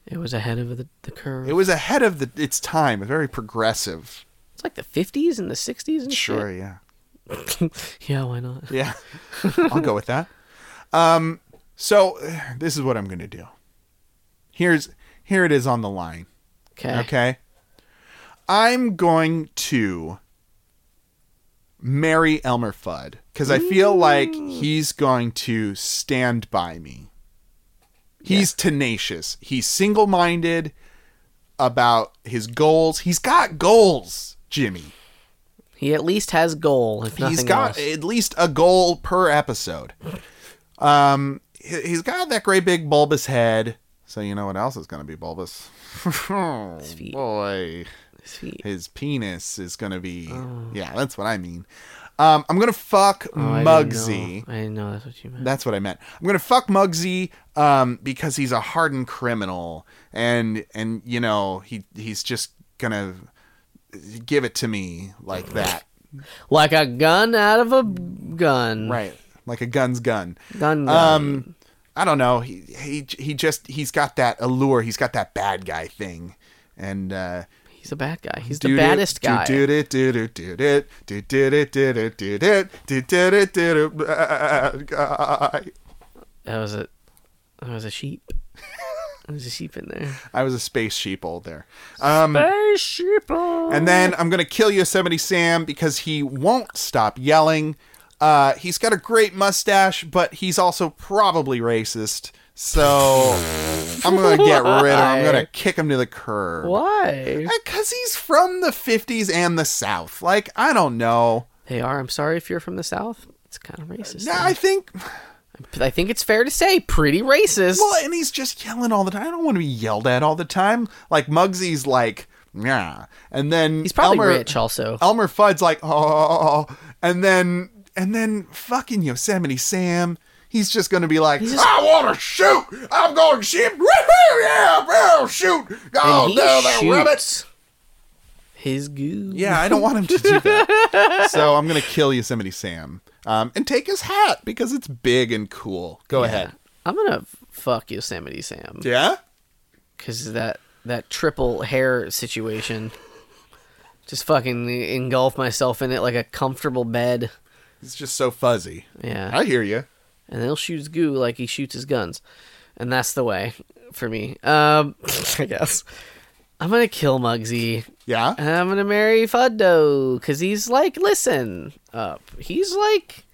Speaker 2: It was ahead of the, the curve.
Speaker 1: It was ahead of the, its time, very progressive.
Speaker 2: it's like the 50s and the 60s and
Speaker 1: Sure, yeah.
Speaker 2: shit. yeah, why not?
Speaker 1: Yeah. I'll go with that. Um so this is what I'm going to do. Here's here it is on the line.
Speaker 2: Okay.
Speaker 1: Okay? I'm going to marry Elmer Fudd cuz I feel like he's going to stand by me. He's tenacious. He's single-minded about his goals. He's got goals, Jimmy.
Speaker 2: He at least has goal, if nothing
Speaker 1: He's got
Speaker 2: else.
Speaker 1: at least a goal per episode. Um, he- he's got that great big bulbous head. So you know what else is going to be bulbous? oh,
Speaker 2: feet.
Speaker 1: boy,
Speaker 2: His feet.
Speaker 1: his penis is going to be. Yeah, that's what I mean. Um, I'm going to fuck
Speaker 2: Oh, I didn't
Speaker 1: Muggsy.
Speaker 2: know. I didn't know that's what you meant.
Speaker 1: That's what I meant. I'm gonna fuck Muggsy um, because he's a hardened criminal, and and you know he he's just gonna give it to me like that,
Speaker 2: like a gun out of a gun.
Speaker 1: right? Like a gun's gun.
Speaker 2: Gun gun.
Speaker 1: Um, I don't know. He he he just he's got that allure. He's got that bad guy thing, and uh,
Speaker 2: He's a bad guy. He's
Speaker 1: doot
Speaker 2: the
Speaker 1: it,
Speaker 2: baddest
Speaker 1: doot
Speaker 2: guy.
Speaker 1: doot it, doot it, doot it, doot doot it, doot it, doot it, doot doot it, doot it, bad guy.
Speaker 2: That was a that was a sheep. there was a sheep in there.
Speaker 1: I was a space sheep old there. Um,
Speaker 2: Hey sheep. And
Speaker 1: and then I'm gonna kill Yosemite Sam because he won't stop yelling. Uh, he's got a great mustache, but he's also probably racist. So I'm gonna get rid of him. I'm gonna kick him to the curb.
Speaker 2: why?
Speaker 1: Because he's from the 50s and the South. Like, I don't know.
Speaker 2: They are. I'm sorry if you're from the south. It's kind of racist.
Speaker 1: No, I think.
Speaker 2: But I think it's fair to say pretty racist.
Speaker 1: Well, and he's just yelling all the time. I don't want to be yelled at all the time. Like, Muggsy's like, yeah. And then.
Speaker 2: He's probably
Speaker 1: Elmer,
Speaker 2: rich also.
Speaker 1: Elmer Fudd's like, oh, oh, oh, oh." And then, and then fucking Yosemite Sam. He's just going to be like,
Speaker 2: just-
Speaker 1: I want to shoot. I'm going to shoot. Woo-hoo, yeah, well, shoot. Go
Speaker 2: and
Speaker 1: down
Speaker 2: he
Speaker 1: that rabbit.
Speaker 2: shoots his goo.
Speaker 1: Yeah, I don't want him to do that. so I'm gonna kill Yosemite Sam um, and take his hat because it's big and cool. Go ahead.
Speaker 2: I'm gonna fuck Yosemite Sam
Speaker 1: Yeah.
Speaker 2: because that that triple hair situation. Just fucking engulf myself in it like a comfortable bed.
Speaker 1: It's just so fuzzy.
Speaker 2: Yeah,
Speaker 1: I hear you.
Speaker 2: and he'll shoot his goo like he shoots his guns, and that's the way for me. Um, I guess I'm gonna kill Muggsy.
Speaker 1: Yeah.
Speaker 2: And I'm gonna marry Fuddo because he's like, listen up. He's like,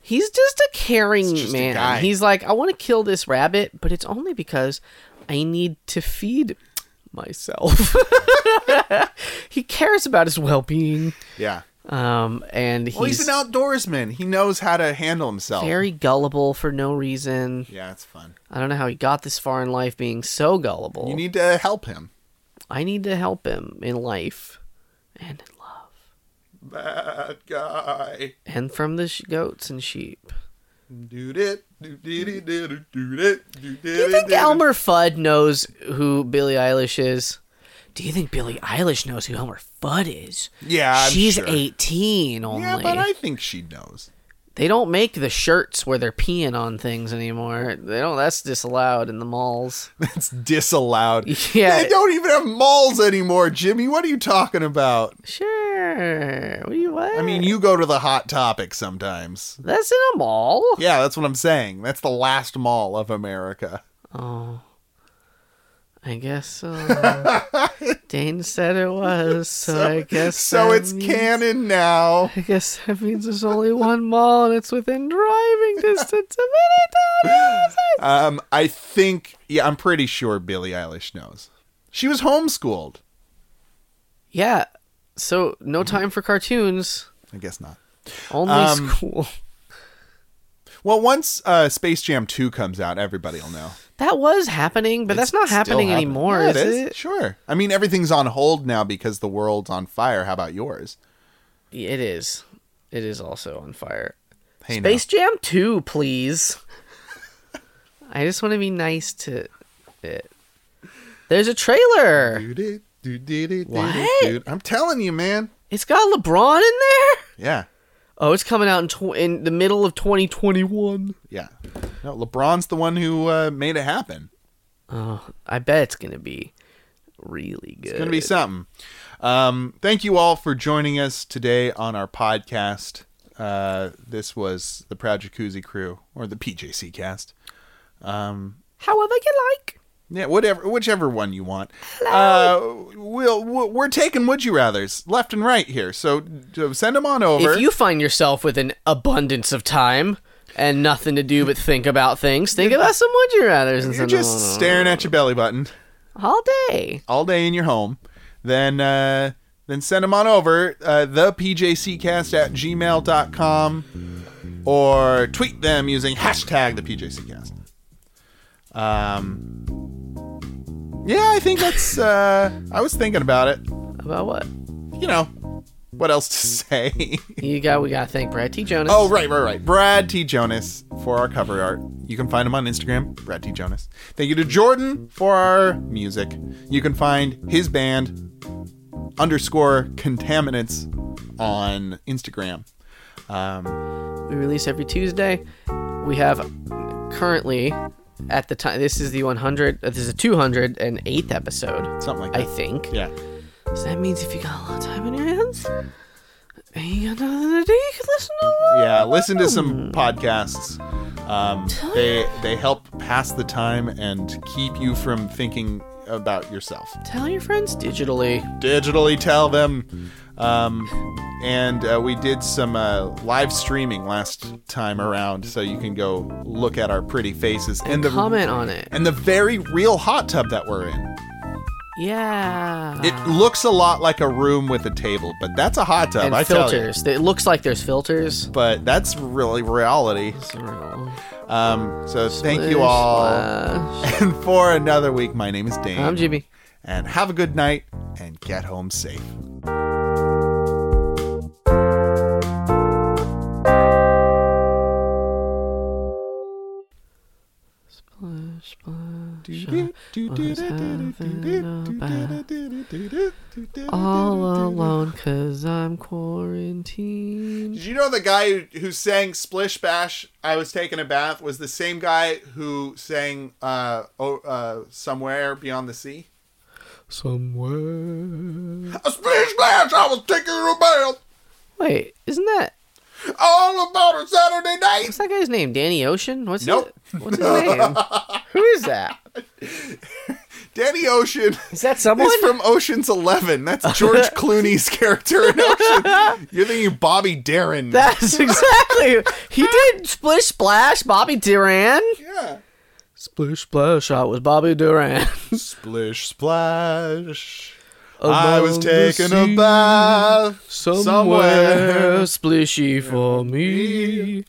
Speaker 2: he's just a caring
Speaker 1: just a
Speaker 2: man.
Speaker 1: guy.
Speaker 2: he's like, I want to kill this rabbit, but it's only because I need to feed myself. he cares about his well-being,
Speaker 1: Yeah.
Speaker 2: um, and he's,
Speaker 1: Well, he's, an outdoorsman. He knows how to handle himself.
Speaker 2: very gullible for no reason.
Speaker 1: yeah, it's fun.
Speaker 2: I don't know how he got this far in life being so gullible.
Speaker 1: You need to help him.
Speaker 2: I need to help him in life and in love.
Speaker 1: Bad guy.
Speaker 2: and from the sh- goats and sheep.
Speaker 1: Doot it. Doot it. Doot it. Doot it.
Speaker 2: Do you think Elmer Fudd knows who Billie Eilish is? Do you think Billie Eilish knows who Elmer Fudd is?
Speaker 1: Yeah, I'm
Speaker 2: she's
Speaker 1: sure.
Speaker 2: 18 only.
Speaker 1: Yeah, but I think she knows.
Speaker 2: They don't make the shirts where they're peeing on things anymore. They don't. That's disallowed in the malls.
Speaker 1: That's disallowed.
Speaker 2: Yeah.
Speaker 1: They don't even have malls anymore, Jimmy. What are you talking about?
Speaker 2: Sure. What do you what?
Speaker 1: I mean, you go to the Hot Topic sometimes.
Speaker 2: that's in a mall.
Speaker 1: Yeah, that's what I'm saying. That's the last mall of America.
Speaker 2: Oh, I guess so. Dane said it was, so, I guess
Speaker 1: So
Speaker 2: that
Speaker 1: it's
Speaker 2: means-
Speaker 1: canon now.
Speaker 2: I guess that means there's only one mall, and it's within driving distance of Minnetonka.
Speaker 1: Um, I think, yeah, I'm pretty sure Billie Eilish knows. She was homeschooled.
Speaker 2: Yeah. So no time for cartoons.
Speaker 1: I guess not.
Speaker 2: Only
Speaker 1: Mm-hmm. Um,
Speaker 2: school.
Speaker 1: Well, once uh, Space Jam 2 comes out, everybody will know.
Speaker 2: That was happening, but that's not
Speaker 1: Still
Speaker 2: happening
Speaker 1: happen-
Speaker 2: anymore,
Speaker 1: Yeah,
Speaker 2: is it?
Speaker 1: Sure. I mean, everything's on hold now because the world's on fire. How about yours?
Speaker 2: It is. It is also on fire.
Speaker 1: Hey, now.
Speaker 2: Space Jam 2, please. I just want to be nice to it. There's a trailer.
Speaker 1: What? I'm telling you, man.
Speaker 2: It's got LeBron in there.
Speaker 1: Yeah.
Speaker 2: Oh, it's coming out in tw- in the middle of 2021.
Speaker 1: Yeah. No, LeBron's the one who uh, made it happen.
Speaker 2: Oh, I bet it's gonna be really good.
Speaker 1: It's going to be something. Um, thank you all for joining us today on our podcast. Uh, this was the Proud Jacuzzi crew or the PJC cast.
Speaker 2: However you like.
Speaker 1: Yeah, whatever, whichever one you want. Uh, we'll we'll- we're taking would you rather's left and right here, so, so send them on over.
Speaker 2: If you find yourself with an abundance of time and nothing to do but think about things, think about some would you rather's and
Speaker 1: You're
Speaker 2: some
Speaker 1: just staring at your belly button
Speaker 2: all day.
Speaker 1: all day in your home, then uh, then send them on over uh, the pjccast at gmail.com or tweet them using hashtag the pjccast. Um, yeah, I think that's. Uh, I was thinking about it.
Speaker 2: About what?
Speaker 1: You know, what else to say?
Speaker 2: You got. We got to thank Brad T. Jonas.
Speaker 1: Oh, right, right, right. Brad T. Jonas for our cover art. You can find him on Instagram, Brad T. Jonas. Thank you to Jordan for our music. You can find his band, underscore contaminants, on Instagram. Um,
Speaker 2: we release every Tuesday. We have currently at the time. This is the 100. uh, This is the 208th episode,
Speaker 1: something like
Speaker 2: I
Speaker 1: that.
Speaker 2: think.
Speaker 1: yeah.
Speaker 2: So that means if you got a lot of time on your hands, and you got nothing to do, you can listen to. a lot.
Speaker 1: Yeah, listen to some podcasts. Um, they they help pass the time and keep you from thinking about yourself.
Speaker 2: Tell your friends digitally.
Speaker 1: digitally tell them. Um, and uh, we did some uh, live streaming last time around, so you can go look at our pretty faces and the
Speaker 2: comment on it.
Speaker 1: and the very real hot tub that we're in.
Speaker 2: Yeah.
Speaker 1: It looks a lot like a room with a table, but that's a hot tub.
Speaker 2: and
Speaker 1: I tell you.
Speaker 2: filters. It looks like there's filters.
Speaker 1: But that's really reality. Um, so thank you all.
Speaker 2: Slash.
Speaker 1: And for another week, my name is Dane.
Speaker 2: uh, I'm Jimmy.
Speaker 1: and have a good night and get home safe.
Speaker 2: Splash, splash. All
Speaker 1: Did
Speaker 2: alone cause I'm quarantined.
Speaker 1: you know the guy who, who sang Splish Bash, I Was Taking a Bath, was the same guy who sang uh, oh, uh, Somewhere Beyond the Sea?
Speaker 2: Somewhere.
Speaker 1: A splish bash, I was taking a bath.
Speaker 2: Wait, isn't that
Speaker 1: All about a Saturday night.
Speaker 2: what's that guy's name? Danny Ocean? What's
Speaker 1: Nope.
Speaker 2: his, what's his name? Who is that?
Speaker 1: Danny Ocean
Speaker 2: Is that someone?
Speaker 1: is from Ocean's Eleven. That's George Clooney's character in Ocean. You're thinking Bobby Darin.
Speaker 2: That's exactly. he did Splish Splash, Bobby Duran.
Speaker 1: yeah.
Speaker 2: Splish Splash, I was Bobby Duran.
Speaker 1: Splish splash. I was taking a
Speaker 2: bath
Speaker 1: bath
Speaker 2: somewhere,
Speaker 1: somewhere.
Speaker 2: splishy for me.